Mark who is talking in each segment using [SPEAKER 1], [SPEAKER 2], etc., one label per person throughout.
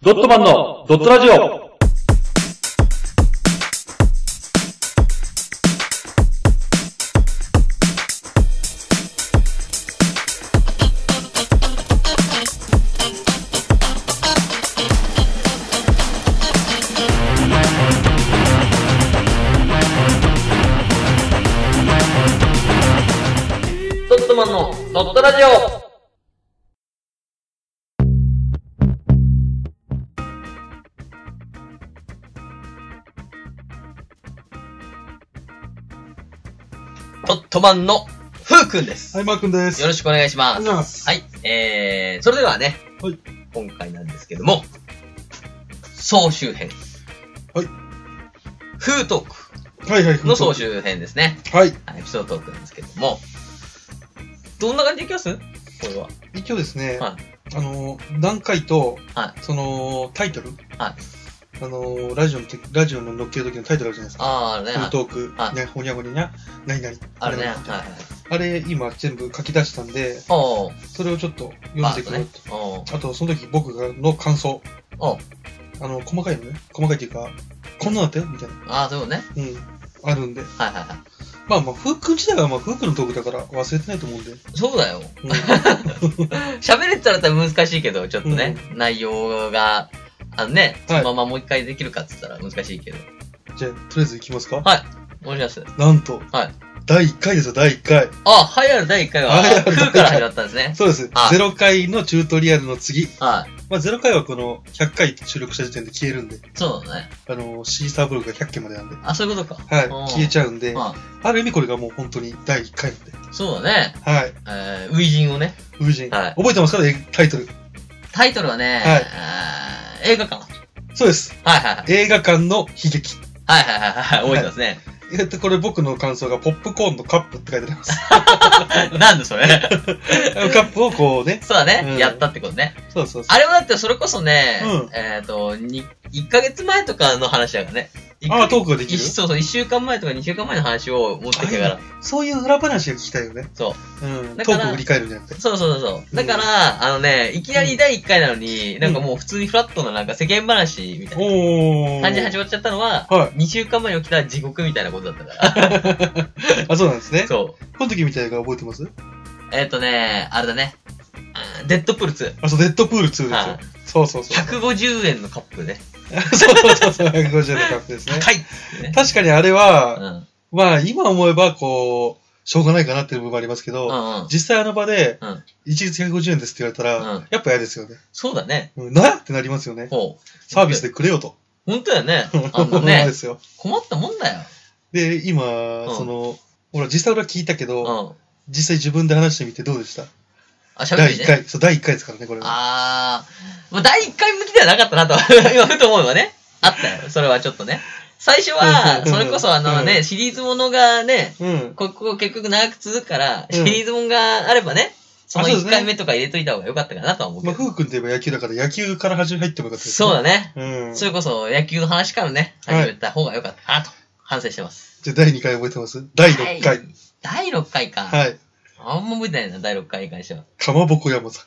[SPEAKER 1] ドットマンのドットラジオ
[SPEAKER 2] ドットマンのドットラジオドットマンのふうくんです。
[SPEAKER 3] はい、マー君です。
[SPEAKER 2] よろしくお願いし
[SPEAKER 3] お
[SPEAKER 2] ま
[SPEAKER 3] 願い
[SPEAKER 2] す。
[SPEAKER 3] します。
[SPEAKER 2] はい。えー、それではね、
[SPEAKER 3] はい
[SPEAKER 2] 今回なんですけども、総集編。
[SPEAKER 3] はい。
[SPEAKER 2] フートー
[SPEAKER 3] はいはい。
[SPEAKER 2] クの総集編ですね。
[SPEAKER 3] はい。
[SPEAKER 2] はいエピソードトークなんですけども、どんな感じでいきますこれは。
[SPEAKER 3] 一応ですね、
[SPEAKER 2] は
[SPEAKER 3] あのー、何回と、
[SPEAKER 2] は
[SPEAKER 3] その、タイトル、
[SPEAKER 2] はい
[SPEAKER 3] あのー、ラジオの時、ラジオの乗っける時のタイトルあるじゃないですか。
[SPEAKER 2] あーね、
[SPEAKER 3] フートー
[SPEAKER 2] はい
[SPEAKER 3] ク、ね、ほにゃごにゃ、なになに。
[SPEAKER 2] あるね。はい
[SPEAKER 3] 何々
[SPEAKER 2] はい。
[SPEAKER 3] あれ、今全部書き出したんで、
[SPEAKER 2] おう
[SPEAKER 3] それをちょっと読
[SPEAKER 2] パ
[SPEAKER 3] ん
[SPEAKER 2] ー
[SPEAKER 3] でい
[SPEAKER 2] ト
[SPEAKER 3] くよ
[SPEAKER 2] ね
[SPEAKER 3] と。。
[SPEAKER 2] おう
[SPEAKER 3] あと、その時僕がの感想。
[SPEAKER 2] おう
[SPEAKER 3] あの、細かいのね。細かいっていうか、こんなのだったよみたいな。
[SPEAKER 2] ああ、そういうことね。
[SPEAKER 3] うん。あるんで。
[SPEAKER 2] はいはいはい。
[SPEAKER 3] まあまあ、フーク自体はまあ、フークのトークだから忘れてないと思うんで。
[SPEAKER 2] そうだよ。
[SPEAKER 3] うん
[SPEAKER 2] 喋れてたら多分難しいけど、ちょっとね、内容が、あのね、そ
[SPEAKER 3] はい
[SPEAKER 2] のままもう一回できるかって言ったら難しいけど。
[SPEAKER 3] じゃあ、とりあえず行きますか。
[SPEAKER 2] はい。お願いします。
[SPEAKER 3] なんと、
[SPEAKER 2] はい
[SPEAKER 3] 第1回ですよ、第1回。
[SPEAKER 2] あ、はやる第1回は、
[SPEAKER 3] 栄えある
[SPEAKER 2] 空から始まったんですね。
[SPEAKER 3] そうです。
[SPEAKER 2] はい
[SPEAKER 3] 0回のチュートリアルの次。
[SPEAKER 2] はい。
[SPEAKER 3] まあ、0回はこの100回収録した時点で消えるんで、
[SPEAKER 2] そうだね。
[SPEAKER 3] あの、シーサーブログが100件までなんで、は
[SPEAKER 2] あ、そういうことか。
[SPEAKER 3] い、消えちゃうんで、
[SPEAKER 2] ま
[SPEAKER 3] ある意味これがもう本当に第1回なんで、
[SPEAKER 2] あ、そうだね。
[SPEAKER 3] はい、
[SPEAKER 2] えー、初陣をね。
[SPEAKER 3] ウージン。
[SPEAKER 2] はい
[SPEAKER 3] 覚えてますかねタイトル。
[SPEAKER 2] タイトルはね、
[SPEAKER 3] はい
[SPEAKER 2] えー映画館。
[SPEAKER 3] そうです。
[SPEAKER 2] はいはいはい。
[SPEAKER 3] 映画館の悲劇。
[SPEAKER 2] はいはいはいはい。覚えてます ね。
[SPEAKER 3] えっと、これ僕の感想が、ポップコーンのカップって書いてあ ります。
[SPEAKER 2] なんでそれ
[SPEAKER 3] あのカップをこうね、
[SPEAKER 2] そうだね、
[SPEAKER 3] うん
[SPEAKER 2] やったってことね。
[SPEAKER 3] そうそうそ
[SPEAKER 2] あれはだってそれこそね、
[SPEAKER 3] うん
[SPEAKER 2] えっ、と、に1ヶ月前とかの話だからね。
[SPEAKER 3] う。ああ、トークができ
[SPEAKER 2] 一
[SPEAKER 3] る
[SPEAKER 2] そうそう、1週間前とか2週間前の話を持ってきたから。
[SPEAKER 3] そういう裏話が聞きたいよね。。
[SPEAKER 2] そう
[SPEAKER 3] うん。
[SPEAKER 2] だ
[SPEAKER 3] ト
[SPEAKER 2] から
[SPEAKER 3] ークを振り返るんじゃなくて。
[SPEAKER 2] そうそうそうそう。だから、あのね、いきなり第1回なのに、なんかもう普通にフラットななんか世間話みたいな
[SPEAKER 3] おー。
[SPEAKER 2] 感じで始まっちゃったのは、
[SPEAKER 3] はい。
[SPEAKER 2] 2週間前に起きた地獄みたいなことだったから。
[SPEAKER 3] あ、そうなんです ね。
[SPEAKER 2] そう。
[SPEAKER 3] この時みたいなの覚えてます
[SPEAKER 2] えっ、とね、あれだね。うんデッドプル2。
[SPEAKER 3] あ、そう、デッドプール2ですよ。
[SPEAKER 2] はい
[SPEAKER 3] そうそうそう。
[SPEAKER 2] 150円のカップね。
[SPEAKER 3] そうそうそう そう、150円のカップですね。
[SPEAKER 2] 高いってね。
[SPEAKER 3] 確かにあれ
[SPEAKER 2] う
[SPEAKER 3] は、
[SPEAKER 2] ん。
[SPEAKER 3] まあ今思えばこう、しょうがないかなっていう部分もありますけ
[SPEAKER 2] う
[SPEAKER 3] ど、
[SPEAKER 2] んうん。
[SPEAKER 3] 実際あの場で
[SPEAKER 2] うん、
[SPEAKER 3] 一律150円ですって言われた
[SPEAKER 2] う
[SPEAKER 3] ら
[SPEAKER 2] ん、
[SPEAKER 3] やっぱ嫌ですよね。
[SPEAKER 2] そうだね。
[SPEAKER 3] うんなってなりますよね。
[SPEAKER 2] ほう。
[SPEAKER 3] サービスでくれよと。。
[SPEAKER 2] 本当だよね あの
[SPEAKER 3] そう
[SPEAKER 2] ね
[SPEAKER 3] で、すよ。
[SPEAKER 2] 困ったもんだよ。
[SPEAKER 3] で、今
[SPEAKER 2] う、ん
[SPEAKER 3] その、ほら、実際俺は聞いたけ
[SPEAKER 2] う
[SPEAKER 3] ど、
[SPEAKER 2] ん。
[SPEAKER 3] 実際自分で話してみてどうでした
[SPEAKER 2] あ、喋
[SPEAKER 3] 第
[SPEAKER 2] って
[SPEAKER 3] 1
[SPEAKER 2] ね。
[SPEAKER 3] 回。そう、第1回ですからね、これは。
[SPEAKER 2] あー、まあ、第1回向きではな かったなと、今ふと思うのはね。あったよ。それはちょっとね。最初は、
[SPEAKER 3] うん
[SPEAKER 2] それこそあの
[SPEAKER 3] う
[SPEAKER 2] ね、シリーズものがね、
[SPEAKER 3] うん。
[SPEAKER 2] ここ結局長く続くから、
[SPEAKER 3] う
[SPEAKER 2] シ
[SPEAKER 3] ん
[SPEAKER 2] リーズものがあればね、その
[SPEAKER 3] あそうです
[SPEAKER 2] 1
[SPEAKER 3] ね
[SPEAKER 2] 回目とか入れといた方が良かったかなとは思う
[SPEAKER 3] ま
[SPEAKER 2] け
[SPEAKER 3] あ、
[SPEAKER 2] ど。
[SPEAKER 3] ふうくんといえば野球だから野球から始め入ってもよかったですね
[SPEAKER 2] そうだね。
[SPEAKER 3] うん。
[SPEAKER 2] それこそ野球の話からね、
[SPEAKER 3] はい
[SPEAKER 2] 始めた方が良かったかなと、反省してます。
[SPEAKER 3] じゃあ第2回覚えてます第6
[SPEAKER 2] はい
[SPEAKER 3] 回。。
[SPEAKER 2] 第6回か。
[SPEAKER 3] はい。
[SPEAKER 2] あんま覚えてないな、第6回に関しては。
[SPEAKER 3] かまぼこ山さん。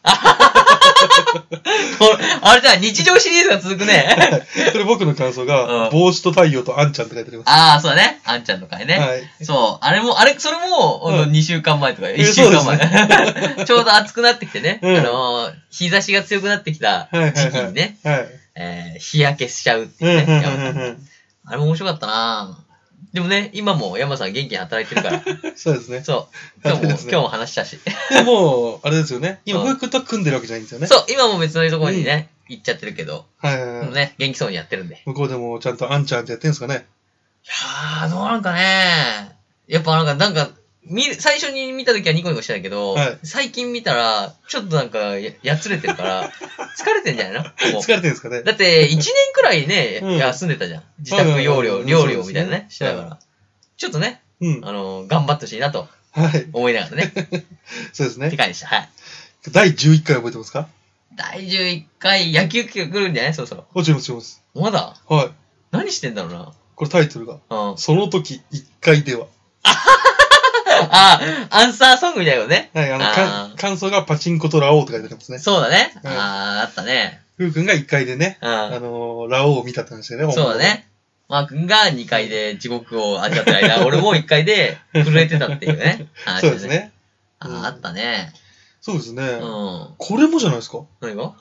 [SPEAKER 2] これあれじゃ日常シリーズが続く ね。
[SPEAKER 3] これ僕の感想が、
[SPEAKER 2] うん
[SPEAKER 3] 帽子と太陽とあんちゃんって書いてあります。
[SPEAKER 2] ああ、そうだね。あんちゃんの回ね。
[SPEAKER 3] はい。
[SPEAKER 2] そう。あれも、あれ、それも、
[SPEAKER 3] うん
[SPEAKER 2] あの2週間前とか、
[SPEAKER 3] え
[SPEAKER 2] 1週間前。 ちょうど暑くなってきてね。
[SPEAKER 3] うん
[SPEAKER 2] あのー、日差しが強くなってきた
[SPEAKER 3] はいはいはい
[SPEAKER 2] 時期にね、
[SPEAKER 3] はい。
[SPEAKER 2] えー日焼けしちゃうって
[SPEAKER 3] うん
[SPEAKER 2] いううんね。
[SPEAKER 3] う
[SPEAKER 2] 山
[SPEAKER 3] んう
[SPEAKER 2] さん
[SPEAKER 3] ん
[SPEAKER 2] あれも面白かったなでもね、今も山さん元気に働いてるから。
[SPEAKER 3] うんそうですね。
[SPEAKER 2] そう。今日も、
[SPEAKER 3] そう
[SPEAKER 2] 今
[SPEAKER 3] です
[SPEAKER 2] 日
[SPEAKER 3] ね
[SPEAKER 2] も話したし。
[SPEAKER 3] でも、あれですよね。今、
[SPEAKER 2] うん
[SPEAKER 3] ふうくんと組んでるわけじゃないんですよね。
[SPEAKER 2] そう、今も別のところにね、行っちゃってるけど、
[SPEAKER 3] はいはい
[SPEAKER 2] でも
[SPEAKER 3] はい。
[SPEAKER 2] ね、元気そうにやってるんで。
[SPEAKER 3] 向こうでもちゃんとあんちゃんってやってんすかね。
[SPEAKER 2] いやー、どうなんかね。やっぱなんか、なんか、見る、最初に見た時はニコニコしてたけど、
[SPEAKER 3] はい
[SPEAKER 2] 最近見たら、ちょっとなんかや、やつれてる から、疲れてんじゃないのも
[SPEAKER 3] 疲れてんすかね
[SPEAKER 2] う。だって、1年くらいね、
[SPEAKER 3] うん
[SPEAKER 2] 休んでたじゃん。自宅
[SPEAKER 3] はいはいはい
[SPEAKER 2] 療
[SPEAKER 3] う
[SPEAKER 2] 養、
[SPEAKER 3] ん
[SPEAKER 2] 療養みたいなね、し
[SPEAKER 3] そう
[SPEAKER 2] な
[SPEAKER 3] ですね
[SPEAKER 2] がら。ちょっとね、
[SPEAKER 3] うん。
[SPEAKER 2] あの、頑張ってほしいなと
[SPEAKER 3] はい。
[SPEAKER 2] 思いながらね、
[SPEAKER 3] そうです
[SPEAKER 2] 理
[SPEAKER 3] ね。
[SPEAKER 2] 解でした。はい。
[SPEAKER 3] 第11回覚えてますか
[SPEAKER 2] 第11回野球企画来るんじゃないそろそろ。
[SPEAKER 3] 落ちます、落ちます。
[SPEAKER 2] まだ
[SPEAKER 3] はい。
[SPEAKER 2] 何してんだろうな。
[SPEAKER 3] これタイトルが、
[SPEAKER 2] うん。
[SPEAKER 3] その時1回では。
[SPEAKER 2] あ、アンサーソングみたいなことね。
[SPEAKER 3] はい、あの、
[SPEAKER 2] あー
[SPEAKER 3] か感想がパチンコとラオウって書いてありますね。
[SPEAKER 2] そうだね。
[SPEAKER 3] はい
[SPEAKER 2] あー、あったね。
[SPEAKER 3] ふうくんが1階でね、
[SPEAKER 2] うん
[SPEAKER 3] あのー、ラオウを見たって話だよね、
[SPEAKER 2] そうだね。マー君が2階で地獄を味わってる 間、俺も1階で震えてたっていうね。話
[SPEAKER 3] 本当は。そうです。ね。
[SPEAKER 2] あーあったね。
[SPEAKER 3] そうですね。
[SPEAKER 2] うん。
[SPEAKER 3] これもじゃないですか。
[SPEAKER 2] 何が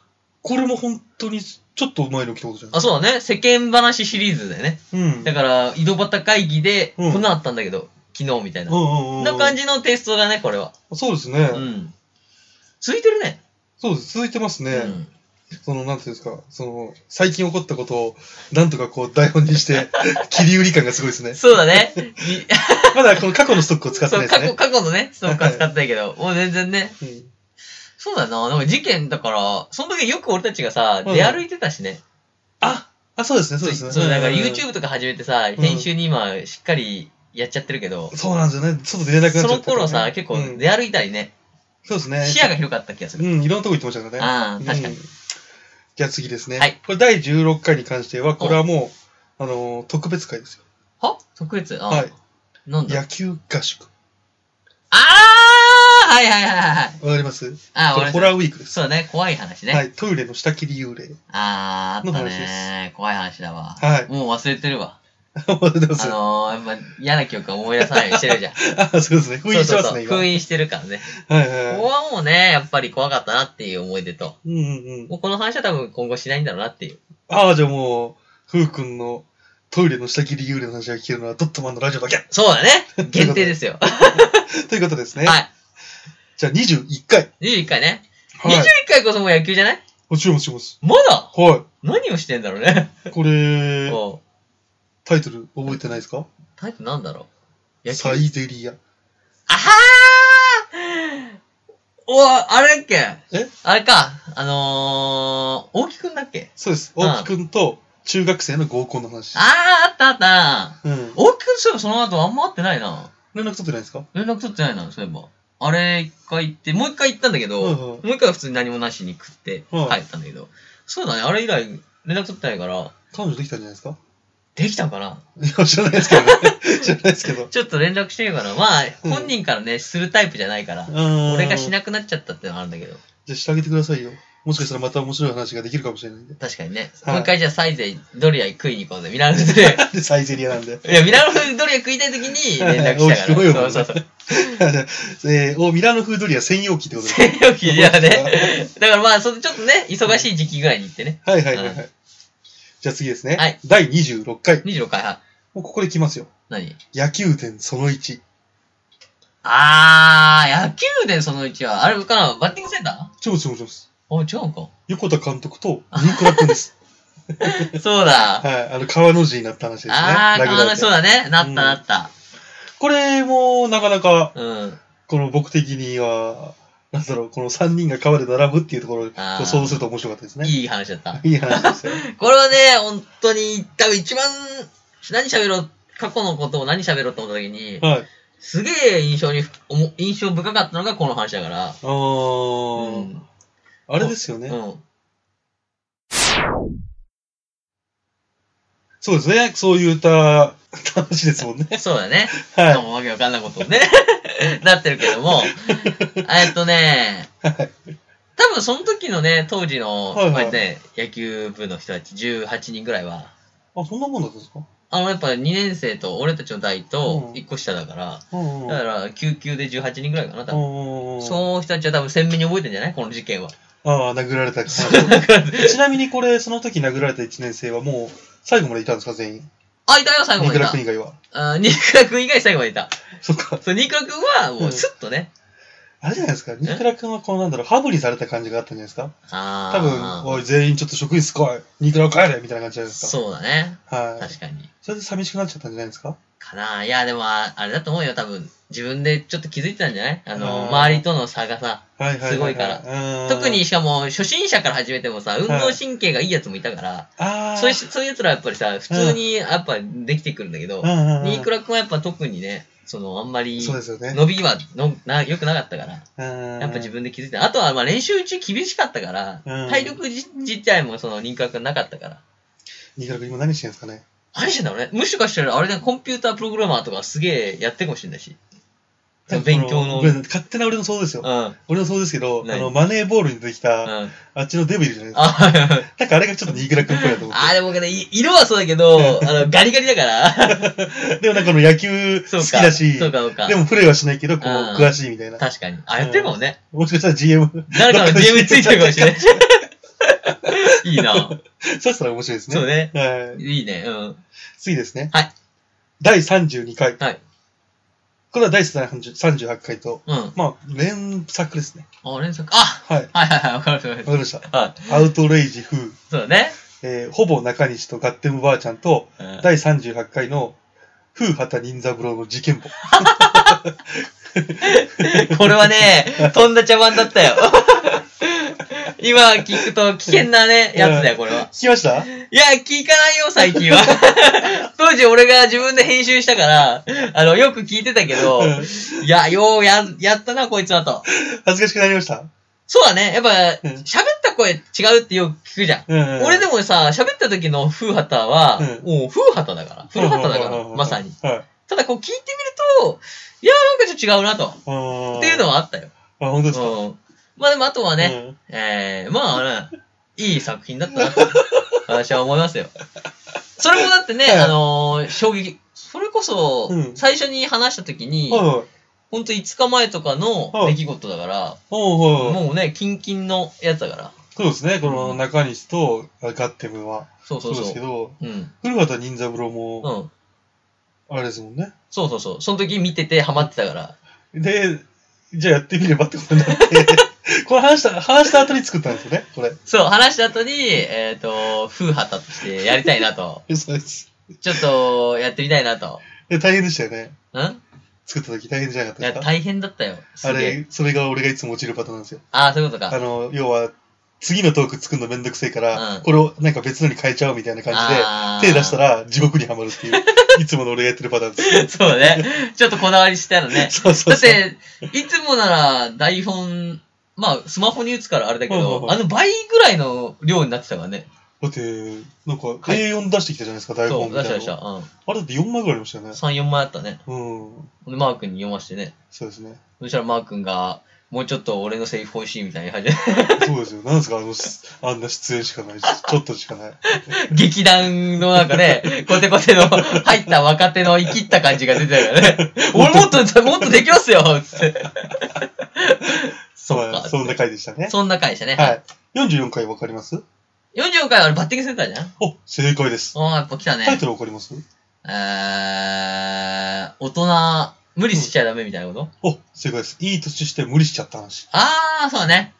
[SPEAKER 3] これも本当にちょっと前の来たことじゃない
[SPEAKER 2] あ、
[SPEAKER 3] ですか。
[SPEAKER 2] そうだね。世間話シリーズだよね。
[SPEAKER 3] う。うん。
[SPEAKER 2] だから、井戸端会議で、
[SPEAKER 3] うん
[SPEAKER 2] こんなのあったんだけど、昨日みたいな。
[SPEAKER 3] うんうんうん。
[SPEAKER 2] な感じのテイストだね、これは。
[SPEAKER 3] そうですね。
[SPEAKER 2] うん。ついてるね。
[SPEAKER 3] そうです。続いてますね。
[SPEAKER 2] うん。
[SPEAKER 3] その、なんていうんですか、その、最近起こったことを、なんとかこう、台本にして、 切り売り感がすごいですね。
[SPEAKER 2] そうだね。
[SPEAKER 3] まだこの過去のストックを使っ
[SPEAKER 2] そ
[SPEAKER 3] てな
[SPEAKER 2] う
[SPEAKER 3] いです
[SPEAKER 2] 過去、
[SPEAKER 3] ね。
[SPEAKER 2] 過去のね、ストックは使ってないけど、もう全然ね。
[SPEAKER 3] うん
[SPEAKER 2] そうだな、なんか事件だから、その時よく俺たちがさ、
[SPEAKER 3] うん
[SPEAKER 2] 出歩いてたしね。
[SPEAKER 3] あ、あ、そうですね、そうですね。
[SPEAKER 2] そう、だから
[SPEAKER 3] ん
[SPEAKER 2] YouTube とか始めてさ、編集に今しっかりやっちゃってるけど、
[SPEAKER 3] そうなんですよね。外出れなくなっ
[SPEAKER 2] そ
[SPEAKER 3] ちゃ
[SPEAKER 2] の
[SPEAKER 3] ったからね、
[SPEAKER 2] 頃さ、結構
[SPEAKER 3] うん
[SPEAKER 2] 出歩いたりね、
[SPEAKER 3] そうですね。
[SPEAKER 2] 視野が広かった気がす
[SPEAKER 3] う
[SPEAKER 2] る。
[SPEAKER 3] ん、いろんなとこ行ってましたからね。
[SPEAKER 2] ああ、確かに
[SPEAKER 3] うん。じゃあ次ですね。
[SPEAKER 2] はい
[SPEAKER 3] これ第16回に関しては、これはもう、あのー、特別回ですよ。
[SPEAKER 2] は特別あ、
[SPEAKER 3] はい。
[SPEAKER 2] なんだ
[SPEAKER 3] 野球合宿。
[SPEAKER 2] あーはいはいはいはい。
[SPEAKER 3] わかります
[SPEAKER 2] あー、
[SPEAKER 3] こ
[SPEAKER 2] 俺
[SPEAKER 3] れホラーウィークです。
[SPEAKER 2] そうだね、怖い話ね。
[SPEAKER 3] はい。トイレの下切り幽霊。
[SPEAKER 2] あー、あった
[SPEAKER 3] の話
[SPEAKER 2] ね。怖い話だわ。
[SPEAKER 3] はい。
[SPEAKER 2] もう忘れてるわ。
[SPEAKER 3] わかります
[SPEAKER 2] あのー、やっぱ嫌な記憶は思い出さないようにしてるじゃん。
[SPEAKER 3] あ、そうですね。 封印してま
[SPEAKER 2] そうそ
[SPEAKER 3] すね、
[SPEAKER 2] うそう
[SPEAKER 3] 今。
[SPEAKER 2] 封
[SPEAKER 3] はい
[SPEAKER 2] 印してるからね。
[SPEAKER 3] はい
[SPEAKER 2] こ
[SPEAKER 3] は
[SPEAKER 2] こはもうね、やっぱり怖かったなっていう思い出と。
[SPEAKER 3] い。うんうんうん。
[SPEAKER 2] もうこの話は多分今後しないんだろうなっていう。
[SPEAKER 3] ああ、じゃあもう、ふうくんのトイレの下切り幽霊の話が聞けるのはドットマンのラジオだけ
[SPEAKER 2] そうだね。限定ですよ。は
[SPEAKER 3] ということですね。
[SPEAKER 2] い。
[SPEAKER 3] じゃあ21回。
[SPEAKER 2] 21回ね。
[SPEAKER 3] はい。
[SPEAKER 2] 21回こそもう野球じゃない
[SPEAKER 3] もちろんもちろんです。
[SPEAKER 2] まだ
[SPEAKER 3] は
[SPEAKER 2] 何をしてんだろうね。
[SPEAKER 3] い。これ、
[SPEAKER 2] おう
[SPEAKER 3] タイトル覚えてないですか
[SPEAKER 2] タイプなんだろう野球。
[SPEAKER 3] サイゼリア。
[SPEAKER 2] あはーおあれだっけ
[SPEAKER 3] え
[SPEAKER 2] あれか。あのー、大木くんだっけ
[SPEAKER 3] そうです。
[SPEAKER 2] うん
[SPEAKER 3] 大木くんと中学生の合コンの話。
[SPEAKER 2] あー、あったあった。
[SPEAKER 3] うん。
[SPEAKER 2] 大木くんそういえばその後あんま会ってないな。
[SPEAKER 3] 連絡取ってないですか
[SPEAKER 2] 連絡取ってないな、そういえば。あれ、一回行って、もう一回行ったんだけど、
[SPEAKER 3] うんうん
[SPEAKER 2] もう一回は普通に何もなしに食って
[SPEAKER 3] うん
[SPEAKER 2] 帰ったんだけど、そうだね、あれ以来連絡取ってないから、
[SPEAKER 3] 彼女できたんじゃないですか
[SPEAKER 2] できたかない
[SPEAKER 3] や、 知らないですけどね。 知らないですけど。
[SPEAKER 2] ちょっと連絡してるから、まあ、
[SPEAKER 3] うん
[SPEAKER 2] 本人からね、するタイプじゃないから、俺
[SPEAKER 3] 俺
[SPEAKER 2] がし
[SPEAKER 3] い。
[SPEAKER 2] なくなっちゃったってのはあるんだけど、
[SPEAKER 3] じゃあしてあげてくださいよ。もしかしたらまた面白い話ができるかもしれないんで。
[SPEAKER 2] 確かにね、
[SPEAKER 3] はい
[SPEAKER 2] もう一回じゃあサイゼドリア食いに行こうぜ、ミラノで。
[SPEAKER 3] なんでサイゼリアなんで。
[SPEAKER 2] いや、ミラノ風ドリア食いたい時に連絡したか
[SPEAKER 3] はい
[SPEAKER 2] ら。
[SPEAKER 3] はい
[SPEAKER 2] そうそうそう。
[SPEAKER 3] えー、おミラノフードリア専用機ってことですね。
[SPEAKER 2] 専用機じゃね。だからまあ、そのちょっとね、忙しい時期ぐらいに行ってね。
[SPEAKER 3] はいはいはいは
[SPEAKER 2] う
[SPEAKER 3] い。じゃあ次ですね。
[SPEAKER 2] はい
[SPEAKER 3] 第26回。
[SPEAKER 2] 26回は、
[SPEAKER 3] もうここで来ますよ。
[SPEAKER 2] 何
[SPEAKER 3] 野球点その1。
[SPEAKER 2] あー、野球でその1は、あれかな、バッティングセンタ
[SPEAKER 3] ちょもちょもちょです。
[SPEAKER 2] ーあ、違うんか。
[SPEAKER 3] 横田監督と新倉君 です。
[SPEAKER 2] そうだ。
[SPEAKER 3] はい。あの、川の字になった話ですね。
[SPEAKER 2] あー、
[SPEAKER 3] ラグ
[SPEAKER 2] 川
[SPEAKER 3] ラ
[SPEAKER 2] の
[SPEAKER 3] で
[SPEAKER 2] そうだね。なったなった。
[SPEAKER 3] これも、なかなか、
[SPEAKER 2] うん。
[SPEAKER 3] この僕的には、なんだろう、この3人が川で並ぶっていうところを
[SPEAKER 2] あー
[SPEAKER 3] 想像すると面白かったですね。
[SPEAKER 2] いい話だった。
[SPEAKER 3] いい話ですよ。
[SPEAKER 2] これはね、本当に、多分一番、何喋ろう、過去のことを何喋ろうと思った時に、
[SPEAKER 3] はい。
[SPEAKER 2] すげえ印象に、おも印象深かったのがこの話だから。
[SPEAKER 3] あ
[SPEAKER 2] う
[SPEAKER 3] ー、
[SPEAKER 2] ん。
[SPEAKER 3] あれですよね、
[SPEAKER 2] うん。
[SPEAKER 3] そうですね。そういった話です もんね。
[SPEAKER 2] そうだね。
[SPEAKER 3] はい
[SPEAKER 2] しか。もわけわかんないことをね、なってるけ ども、えっとね、多分その時のね、当時の、
[SPEAKER 3] はいはい
[SPEAKER 2] まあね、野球部の人たち18人ぐらいは、
[SPEAKER 3] あ、そんなもんだったんですか
[SPEAKER 2] あの、やっぱ2年生と俺たちの代と
[SPEAKER 3] うん
[SPEAKER 2] 1個下だから、
[SPEAKER 3] うんうん。
[SPEAKER 2] だから、救急で18人ぐらいかな、多分。
[SPEAKER 3] うんうん。
[SPEAKER 2] その人たちは多分鮮明に覚えてんじゃないこの事件は。
[SPEAKER 3] ああ、殴られたりする ちなみにこれ、その時殴られた1年生はもう、最後までいたんですか、全員。
[SPEAKER 2] あ、いたよ、最後
[SPEAKER 3] 三
[SPEAKER 2] までい
[SPEAKER 3] 倉
[SPEAKER 2] た
[SPEAKER 3] 君。以外は。
[SPEAKER 2] あーニクラ君以外最後までいた。
[SPEAKER 3] そっか。
[SPEAKER 2] そう、ニクラ君は、も
[SPEAKER 3] う
[SPEAKER 2] う、
[SPEAKER 3] ん
[SPEAKER 2] スッとね。
[SPEAKER 3] あれじゃないですか、三倉君はこのなんだろう、ハブにされた感じがあったんじゃないですか。
[SPEAKER 2] あ
[SPEAKER 3] 多
[SPEAKER 2] ー
[SPEAKER 3] 分、おい、全員ちょっと職員すごい。三倉を帰れみたいな感じじゃないですか。
[SPEAKER 2] そうだね。
[SPEAKER 3] はい。
[SPEAKER 2] 確かに。
[SPEAKER 3] それで寂しくなっちゃったんじゃないですか
[SPEAKER 2] かな。いや、でも、ああれだと思うよ、多分。自分でちょっと気づいてたんじゃないあの、
[SPEAKER 3] あー
[SPEAKER 2] 周りとの差がさ。
[SPEAKER 3] はいはいはい、はい。
[SPEAKER 2] すごいから
[SPEAKER 3] ら
[SPEAKER 2] 特に、、しかも、初心者から始めてもさ、運動神経がいいやつもいたから、
[SPEAKER 3] ああ。
[SPEAKER 2] そういうし、そういう奴らはやっぱりさ、普通に、やっぱ、できてくるんだけど
[SPEAKER 3] う、んうんうん
[SPEAKER 2] ニクラ君はやっぱ特にね、その、あんまり、
[SPEAKER 3] そうですよね。
[SPEAKER 2] 伸びはのな良くなかったから、や
[SPEAKER 3] や
[SPEAKER 2] っぱ自。分で気づいて、あとはまあ練習中厳しかったから、
[SPEAKER 3] うん
[SPEAKER 2] 体力じ自体もその輪郭がなかったから。
[SPEAKER 3] 三倉君今何してるんですかね
[SPEAKER 2] 何してんだろうね。もしかしたらあれだ、コンピュータープログラマーとかすげえやってるかもしれないし。その勉強の。
[SPEAKER 3] ご
[SPEAKER 2] う
[SPEAKER 3] め
[SPEAKER 2] ん。
[SPEAKER 3] ん勝手な俺の想像ですよ。
[SPEAKER 2] うん。
[SPEAKER 3] 俺の想像ですけど、あ
[SPEAKER 2] 何
[SPEAKER 3] の、マネーボールに出てきた、
[SPEAKER 2] あ、
[SPEAKER 3] あっちのデブいるじゃないですか。
[SPEAKER 2] はいはいはい
[SPEAKER 3] なんかあれがちょっとニーグラ君っぽいなと思っ
[SPEAKER 2] あー、でも僕ね、い色はそうだけど、あの、ガリガリだから。
[SPEAKER 3] て。でもなんかこの野球
[SPEAKER 2] そう
[SPEAKER 3] 好
[SPEAKER 2] か。
[SPEAKER 3] きだし、
[SPEAKER 2] そうか、そうか。
[SPEAKER 3] でもプレイはしないけど、こう
[SPEAKER 2] うん、
[SPEAKER 3] 詳しいみたいな。
[SPEAKER 2] 確かに。あ、やってるかもね。
[SPEAKER 3] もしかしたら GM、
[SPEAKER 2] 誰かの GM ついてるかもしれな い。いいな。
[SPEAKER 3] そうしたら面白いですね。
[SPEAKER 2] そうね。
[SPEAKER 3] はい。
[SPEAKER 2] いいね。うん。
[SPEAKER 3] 次ですね。
[SPEAKER 2] はい。
[SPEAKER 3] 第32回。
[SPEAKER 2] はい。
[SPEAKER 3] これは第30 38回と、
[SPEAKER 2] うん。
[SPEAKER 3] まあ、連作ですね。
[SPEAKER 2] あ、連作。あ
[SPEAKER 3] はい。わ
[SPEAKER 2] はいはいはい、わかるわかる。
[SPEAKER 3] かりました。
[SPEAKER 2] はい。
[SPEAKER 3] アウトレイジ風、
[SPEAKER 2] そうだね。
[SPEAKER 3] えー、ほぼ中西とガッテムばあちゃんと、
[SPEAKER 2] うん
[SPEAKER 3] 第38回の、風畑任三郎の事件簿。
[SPEAKER 2] これはね、とんだ茶番だったよ。今聞くと危険なね、やつだよ、これは。
[SPEAKER 3] 聞きました
[SPEAKER 2] いや、聞かないよ、最近は。当時俺が自分で編集したから、あの、よく聞いてたけど、いや、ようや、やったな、こいつはと。
[SPEAKER 3] 恥ずかしくなりました
[SPEAKER 2] そうだね、やっぱ、
[SPEAKER 3] うん
[SPEAKER 2] 喋った声違うってよく聞くじゃん。
[SPEAKER 3] うん
[SPEAKER 2] 俺でもさ、喋った時の風畑は、
[SPEAKER 3] う
[SPEAKER 2] もう風畑だから。風畑だか
[SPEAKER 3] うん
[SPEAKER 2] ら
[SPEAKER 3] うんう、ん
[SPEAKER 2] まさに。
[SPEAKER 3] はい。
[SPEAKER 2] ただこう聞いてみると、いや、なんかちょっと違うなと。
[SPEAKER 3] っ
[SPEAKER 2] っていうのはあったよ。
[SPEAKER 3] あ、本当ですか
[SPEAKER 2] うん。まあでもあとはね、
[SPEAKER 3] ね。
[SPEAKER 2] えー、まあね、いい作品だったな と、私は思いますよ。それもだってね、
[SPEAKER 3] はい
[SPEAKER 2] あのー衝撃。それこそ
[SPEAKER 3] う、ん
[SPEAKER 2] 最初に話した時に、
[SPEAKER 3] はいはい。
[SPEAKER 2] ほんと5日前とかの
[SPEAKER 3] はい
[SPEAKER 2] 出来事だから、
[SPEAKER 3] おうはい。
[SPEAKER 2] もうね、キンキンのやつだから。
[SPEAKER 3] そうですね、この中西とガッテムは。
[SPEAKER 2] そうそ
[SPEAKER 3] そうう
[SPEAKER 2] そ
[SPEAKER 3] ですけ
[SPEAKER 2] う。
[SPEAKER 3] ど、
[SPEAKER 2] うん。
[SPEAKER 3] 古畑任三郎
[SPEAKER 2] う
[SPEAKER 3] も、
[SPEAKER 2] ん。
[SPEAKER 3] あれですもんね。
[SPEAKER 2] そうそうそう。その時見ててハマってたから。
[SPEAKER 3] で、じゃあやってみればってことに なって、これ話した、話した後に作ったんですよね、これ。
[SPEAKER 2] そう、話した後に、えっ、と、風旗としてやりたいな と。
[SPEAKER 3] そうです。
[SPEAKER 2] ちょっと、やってみたいなと。
[SPEAKER 3] で、大変でしたよね。
[SPEAKER 2] ん
[SPEAKER 3] 作った時大変じゃなかっ
[SPEAKER 2] い
[SPEAKER 3] た
[SPEAKER 2] や、
[SPEAKER 3] ですか
[SPEAKER 2] 大変だったよ。す
[SPEAKER 3] あ
[SPEAKER 2] げえ。
[SPEAKER 3] れ、それが俺がいつも落ちるパターンなんですよ。
[SPEAKER 2] ああ、そういうこと
[SPEAKER 3] あ
[SPEAKER 2] か。
[SPEAKER 3] の、要は、次のトーク作るのめんどくせえから、
[SPEAKER 2] うん
[SPEAKER 3] これをなんか別のに変えちゃおうみたいな感
[SPEAKER 2] あー
[SPEAKER 3] じで、手出したら地獄にはまるっていう、いつもの俺がやってるパターンです。
[SPEAKER 2] そうね。ちょっとこだわりしたらね。
[SPEAKER 3] そうそ
[SPEAKER 2] だ
[SPEAKER 3] う
[SPEAKER 2] っ
[SPEAKER 3] そう。
[SPEAKER 2] て、いつもなら台本、まあ、スマホに打つからあれだけ
[SPEAKER 3] うんうんう
[SPEAKER 2] ど、
[SPEAKER 3] ん
[SPEAKER 2] あの倍ぐらいの量になってたからね。
[SPEAKER 3] だって、なんか A4 出してきたじゃないですか、台
[SPEAKER 2] そ
[SPEAKER 3] 本
[SPEAKER 2] う、
[SPEAKER 3] み
[SPEAKER 2] 出し
[SPEAKER 3] たい
[SPEAKER 2] た
[SPEAKER 3] な
[SPEAKER 2] 出した。
[SPEAKER 3] の。
[SPEAKER 2] うん。
[SPEAKER 3] あれだって4枚ぐらいありましたよね。
[SPEAKER 2] 3、4枚あったね。
[SPEAKER 3] うん。
[SPEAKER 2] で、マー君に読ましてね。
[SPEAKER 3] そうですね。
[SPEAKER 2] そしたらマー君が、もうちょっと俺のセリフ欲しいみたいな感じで、
[SPEAKER 3] そうですよ。なんですか、あの、すあんな出演しかないし、ちょっとしかない。
[SPEAKER 2] 劇団のなんか ね、コテコテの入った若手の生きった感じが出てたから ね。俺もっと、もっとできますよつって。そっ
[SPEAKER 3] まあ
[SPEAKER 2] か。
[SPEAKER 3] そんな回でしたね。
[SPEAKER 2] そんな回でしたね。
[SPEAKER 3] はい。44回わかります
[SPEAKER 2] 44回はあれバッティングセンターじゃん
[SPEAKER 3] お、正解です。
[SPEAKER 2] ああ、やっぱ来たね
[SPEAKER 3] タ。イトルわかります
[SPEAKER 2] えー、大人、無理しちゃダメみたいなこと、
[SPEAKER 3] お、正解です。いい年して無理しちゃった話。
[SPEAKER 2] あー、そうだね。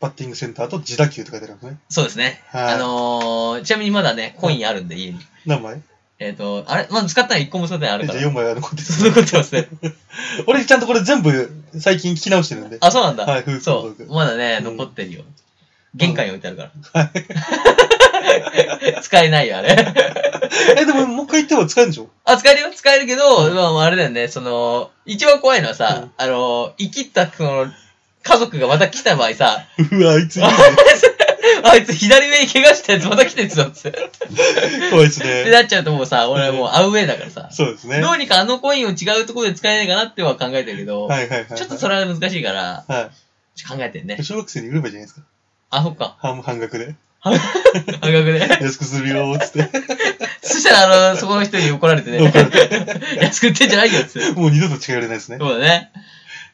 [SPEAKER 3] バッティングセンターと自打球って書いてありますね。
[SPEAKER 2] そうですね。
[SPEAKER 3] はい
[SPEAKER 2] あのー、ちなみにまだね、コインあるんで、家に。
[SPEAKER 3] 何枚
[SPEAKER 2] えっ、と、あれまだ使ったの1個も使ってないのある
[SPEAKER 3] え
[SPEAKER 2] か
[SPEAKER 3] じゃあ
[SPEAKER 2] ら。
[SPEAKER 3] 4枚は残ってる。
[SPEAKER 2] そう残ってます ね。
[SPEAKER 3] 俺ちゃんとこれ全部最近聞き直してるんで。
[SPEAKER 2] あ、そうなんだ。
[SPEAKER 3] はい夫婦
[SPEAKER 2] そ
[SPEAKER 3] 登
[SPEAKER 2] う。
[SPEAKER 3] 録
[SPEAKER 2] まだね、
[SPEAKER 3] うん
[SPEAKER 2] 残ってるよ。玄関に置いてある から。 使えないよ、あれ。
[SPEAKER 3] え、でももう一回言っても使えるんでしょ
[SPEAKER 2] あ、使えるよ、使えるけど、まあまあ、あれだよね、その、一番怖いのはさ、
[SPEAKER 3] うん
[SPEAKER 2] あの、生きった、その、家族がまた来た場合さ、
[SPEAKER 3] うわ、あいついいね。
[SPEAKER 2] あいつ左目に怪我したやつまた来てるぞっつって。
[SPEAKER 3] こいつ
[SPEAKER 2] って
[SPEAKER 3] ね。
[SPEAKER 2] なっちゃうともうさ、俺はもうアウェイだからさ。
[SPEAKER 3] そうですね。
[SPEAKER 2] どう
[SPEAKER 3] はい
[SPEAKER 2] にかあのコインを違うところで使えないかなっては考えてるけど、
[SPEAKER 3] はいはいはい。
[SPEAKER 2] ちょっとそれは難しいから、
[SPEAKER 3] は
[SPEAKER 2] ちょっと考えてるね
[SPEAKER 3] い。。小学生に売ればいいじゃないですか。
[SPEAKER 2] あ、そっか。
[SPEAKER 3] 半半額で。
[SPEAKER 2] 半額で。
[SPEAKER 3] 安くするよーっつって。
[SPEAKER 2] そしたら、あの、そこの人に怒られてね。安く売ってんじゃないよっつって。
[SPEAKER 3] もう二度と近寄れないですね。
[SPEAKER 2] そうだね。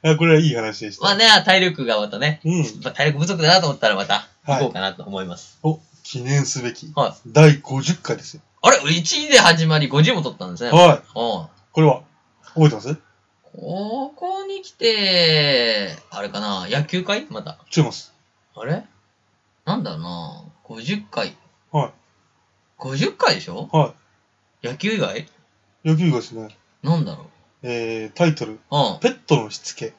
[SPEAKER 3] あ、これはいい話でした。
[SPEAKER 2] まあね、体力がまたね、
[SPEAKER 3] うん。
[SPEAKER 2] まあ体力不足だなと思ったらまた、
[SPEAKER 3] はい
[SPEAKER 2] 行こうかなと思います。
[SPEAKER 3] お、記念すべき。
[SPEAKER 2] はい。
[SPEAKER 3] 第50回ですよ。
[SPEAKER 2] あれ ?1 位で始まり50も取ったんですね。い。
[SPEAKER 3] はい。
[SPEAKER 2] うん。
[SPEAKER 3] これは、覚えてます違
[SPEAKER 2] ここに来て、あれかな、野球会また。
[SPEAKER 3] います。
[SPEAKER 2] あれなんだろうな、50回。
[SPEAKER 3] は
[SPEAKER 2] 50回でしょ
[SPEAKER 3] い。は
[SPEAKER 2] 野球以外
[SPEAKER 3] い。野球がですね、
[SPEAKER 2] なんだろう。
[SPEAKER 3] えー、タイトル、
[SPEAKER 2] うん。
[SPEAKER 3] ペットのし つけ。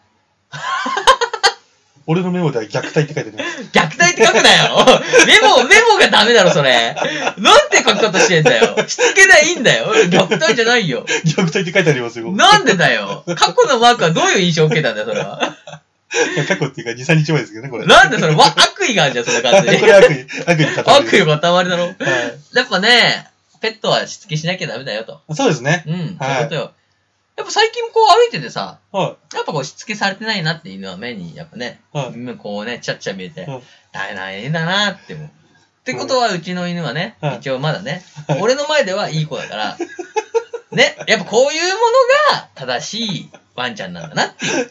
[SPEAKER 3] 俺のメモでは虐待って書いてあ ります。
[SPEAKER 2] 虐待って書くなよ メモ、メモがダメだろ、それなんて書き方してんだよしつけないいんだよ虐待じゃないよ
[SPEAKER 3] 虐待って書いてありますよ。
[SPEAKER 2] なんでだよ過去のマークはどういう印象を受けたんだよ、それは。
[SPEAKER 3] 過去っていうか2、3日前ですけどね、これ。
[SPEAKER 2] なんでそれ、わ、悪意があるじゃん、そんな
[SPEAKER 3] こ
[SPEAKER 2] 感じ
[SPEAKER 3] れ悪意、悪意に語
[SPEAKER 2] 悪
[SPEAKER 3] る。
[SPEAKER 2] 意の塊だろ
[SPEAKER 3] は
[SPEAKER 2] やっぱね、ペットはしつけしなきゃダメだよと。
[SPEAKER 3] い。そうですね。
[SPEAKER 2] うん、そうい
[SPEAKER 3] はい
[SPEAKER 2] うことよ。やっぱ最近こう歩いててさ、
[SPEAKER 3] は
[SPEAKER 2] やっぱこうしつけされてないなっていうのは目に、やっぱね、
[SPEAKER 3] い。はい。
[SPEAKER 2] うんこうね、ちゃっちゃ見えて
[SPEAKER 3] うん、
[SPEAKER 2] 大変だなって思う。ってことは、うちの犬はね
[SPEAKER 3] はい、
[SPEAKER 2] 一応まだね
[SPEAKER 3] はい、
[SPEAKER 2] 俺の前ではいい子だ から、ね、やっぱこういうものが正しいワンちゃんなんだなってい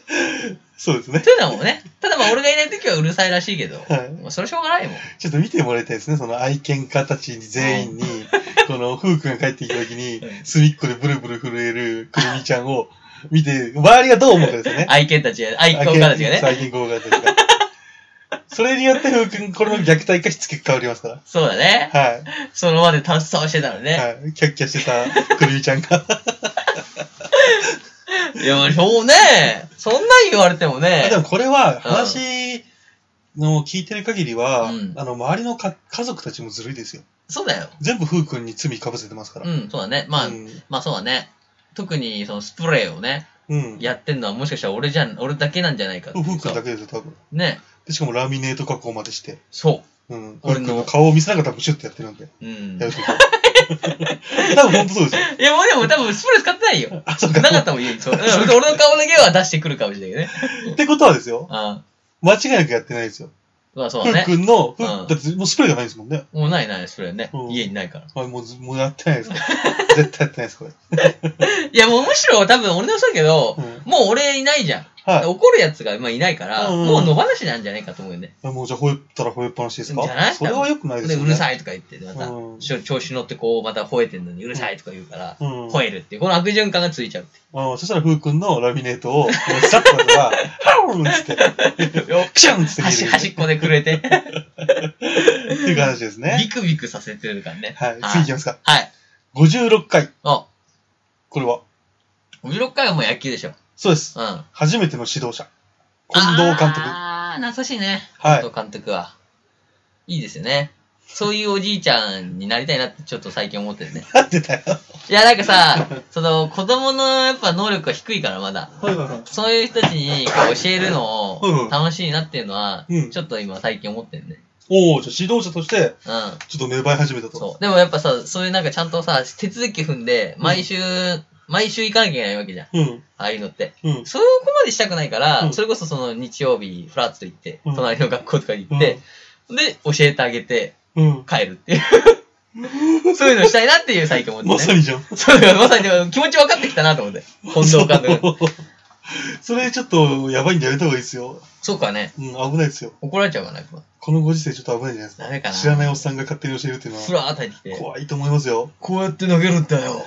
[SPEAKER 2] う。
[SPEAKER 3] そうですね
[SPEAKER 2] と。いうのはもうね、ただまあ俺がいない時はうるさいらしいけど、
[SPEAKER 3] はい
[SPEAKER 2] まあそれしょうがないもん。
[SPEAKER 3] ちょっと見てもらいたいですね。その愛犬家たち全員に、この、夫婦が帰ってきた時に
[SPEAKER 2] う、ん
[SPEAKER 3] 隅っこでブルブル震えるくるみちゃんを 見て、周りがどう思うかですね。
[SPEAKER 2] 愛犬たちや、 愛犬家たちがね。
[SPEAKER 3] 最近豪華ですが。それによって、ふうくん、これの虐待かしつけ変わりますから。
[SPEAKER 2] そうだね。
[SPEAKER 3] はい。
[SPEAKER 2] その場で楽しそうしてたのね。
[SPEAKER 3] はい。キャッキャしてた、くるみちゃんが。
[SPEAKER 2] い、や、まあそうね。そんなん言われても ね。
[SPEAKER 3] でもこれは、話の聞いてる限りは、
[SPEAKER 2] うん
[SPEAKER 3] あの、周りのか家族たちもずるいですよ。
[SPEAKER 2] そうだよ。
[SPEAKER 3] 全部ふうくんに罪かぶせてますから。
[SPEAKER 2] うん、そうだね。まあ、
[SPEAKER 3] うん。
[SPEAKER 2] まあそうだね。特にそのスプレーをね、
[SPEAKER 3] うん。
[SPEAKER 2] やってんのはもしかしたら俺じゃん、俺だけなんじゃないかって
[SPEAKER 3] ふ
[SPEAKER 2] いうう
[SPEAKER 3] くん
[SPEAKER 2] さ
[SPEAKER 3] だけですよ、多分。
[SPEAKER 2] ね。
[SPEAKER 3] でしかもラミネート加工までして。
[SPEAKER 2] そ
[SPEAKER 3] うん。ふう
[SPEAKER 2] 俺
[SPEAKER 3] くん
[SPEAKER 2] の
[SPEAKER 3] の顔を見せながら多分シュッてやってるんで。
[SPEAKER 2] う。うん。い
[SPEAKER 3] やるときは 多分本当そうですよ。
[SPEAKER 2] や、もうでも多分スプレー使ってないよ。
[SPEAKER 3] あ、 そうか。
[SPEAKER 2] なかったもん、家に。そう。うん、俺の顔だけは出してくるかもしれないけどね。
[SPEAKER 3] ってことはですよ。
[SPEAKER 2] あ
[SPEAKER 3] 間違いなくやってないですよ。
[SPEAKER 2] まあそう
[SPEAKER 3] ふ
[SPEAKER 2] だね。
[SPEAKER 3] う くんの、ふう
[SPEAKER 2] うん
[SPEAKER 3] だってもうスプレーがないですもんね。
[SPEAKER 2] もうないない、それね
[SPEAKER 3] う。ん
[SPEAKER 2] 家にないから。
[SPEAKER 3] はい、もうず、もうやってな いです。絶対やってないです、これ。
[SPEAKER 2] いや、もうむしろ多分俺のそうだけど、
[SPEAKER 3] うん
[SPEAKER 2] もう俺いないじゃん。
[SPEAKER 3] は
[SPEAKER 2] 怒るやつがまあいないから、
[SPEAKER 3] うんうん
[SPEAKER 2] もう野放しなんじゃないかと思うよね。
[SPEAKER 3] い。もうじゃあ、吠えたら吠えっぱなしですか
[SPEAKER 2] じゃない
[SPEAKER 3] それは良くないです
[SPEAKER 2] で、
[SPEAKER 3] よね。
[SPEAKER 2] うる
[SPEAKER 3] い。
[SPEAKER 2] さいとか言って、また、
[SPEAKER 3] うん
[SPEAKER 2] しょ調子乗ってこう、また吠えてんのにうるさいとか言うから、
[SPEAKER 3] うん。
[SPEAKER 2] 吠えるっていう、この悪循環がついちゃうっ
[SPEAKER 3] うん。そしたら、ふうくんのラミネートを、もうさっとだから、ハウンっつって、
[SPEAKER 2] て いう。よ
[SPEAKER 3] クシャンっつって逃
[SPEAKER 2] 端
[SPEAKER 3] げる
[SPEAKER 2] 端っこでくれて、
[SPEAKER 3] っていう話ですね。
[SPEAKER 2] ビクビクさせてるからね。
[SPEAKER 3] はい。次行きますか。
[SPEAKER 2] はい。
[SPEAKER 3] 56回。
[SPEAKER 2] あ、
[SPEAKER 3] これは。
[SPEAKER 2] 16回はもう野球でしょ。
[SPEAKER 3] そうです。
[SPEAKER 2] うん。
[SPEAKER 3] 初めての指導者。近藤監督。
[SPEAKER 2] ああ、懐かしいね。
[SPEAKER 3] はい
[SPEAKER 2] 近藤監督は。いいですよね。そういうおじいちゃんになりたいなってちょっと最近思ってるね。
[SPEAKER 3] なんでだよ。
[SPEAKER 2] いや、なんか さ、その、子供のやっぱ能力が低いから、まだ。
[SPEAKER 3] はいはいはい。
[SPEAKER 2] そういう人たちにこう教えるの
[SPEAKER 3] うんう
[SPEAKER 2] を
[SPEAKER 3] ん
[SPEAKER 2] 楽しいなっていうのは、
[SPEAKER 3] うん
[SPEAKER 2] ちょっと今最近思ってるね。
[SPEAKER 3] おー、じゃあ指導者として、
[SPEAKER 2] う
[SPEAKER 3] ちょっと芽生え始めた
[SPEAKER 2] ん。
[SPEAKER 3] と。
[SPEAKER 2] そう。でもやっぱさ、そういうなんかちゃんとさ、手続き踏んで、毎週、毎週行かなきゃいけないわけじゃん。あ
[SPEAKER 3] う。うん。
[SPEAKER 2] あいうのって。
[SPEAKER 3] うん。
[SPEAKER 2] そこまでしたくないから、
[SPEAKER 3] うん
[SPEAKER 2] それこそその日曜日、フラッツと行って、
[SPEAKER 3] うん
[SPEAKER 2] 隣の学校とかに行って、で、教えてあげて、
[SPEAKER 3] うん。
[SPEAKER 2] 帰るっていう。 そういうのしたいなっていう最近思ってね。
[SPEAKER 3] まさにじゃん。
[SPEAKER 2] そうだよ、まさにでも気持ち分かってきたなと思って。近藤監督。
[SPEAKER 3] そうそれちょっとやばいんでやめた方がいいですよ。
[SPEAKER 2] そうかね。
[SPEAKER 3] うん、危ないですよ。
[SPEAKER 2] 怒られちゃうかな、やっぱ
[SPEAKER 3] このご時世ちょっと危ないじゃないですか。
[SPEAKER 2] ダメかな。
[SPEAKER 3] 知らないおっさんが勝手に教えるっていうの
[SPEAKER 2] ふ
[SPEAKER 3] は
[SPEAKER 2] らー入ってきて。
[SPEAKER 3] 怖いと思いますよ。
[SPEAKER 2] こうやって投げるんだよ。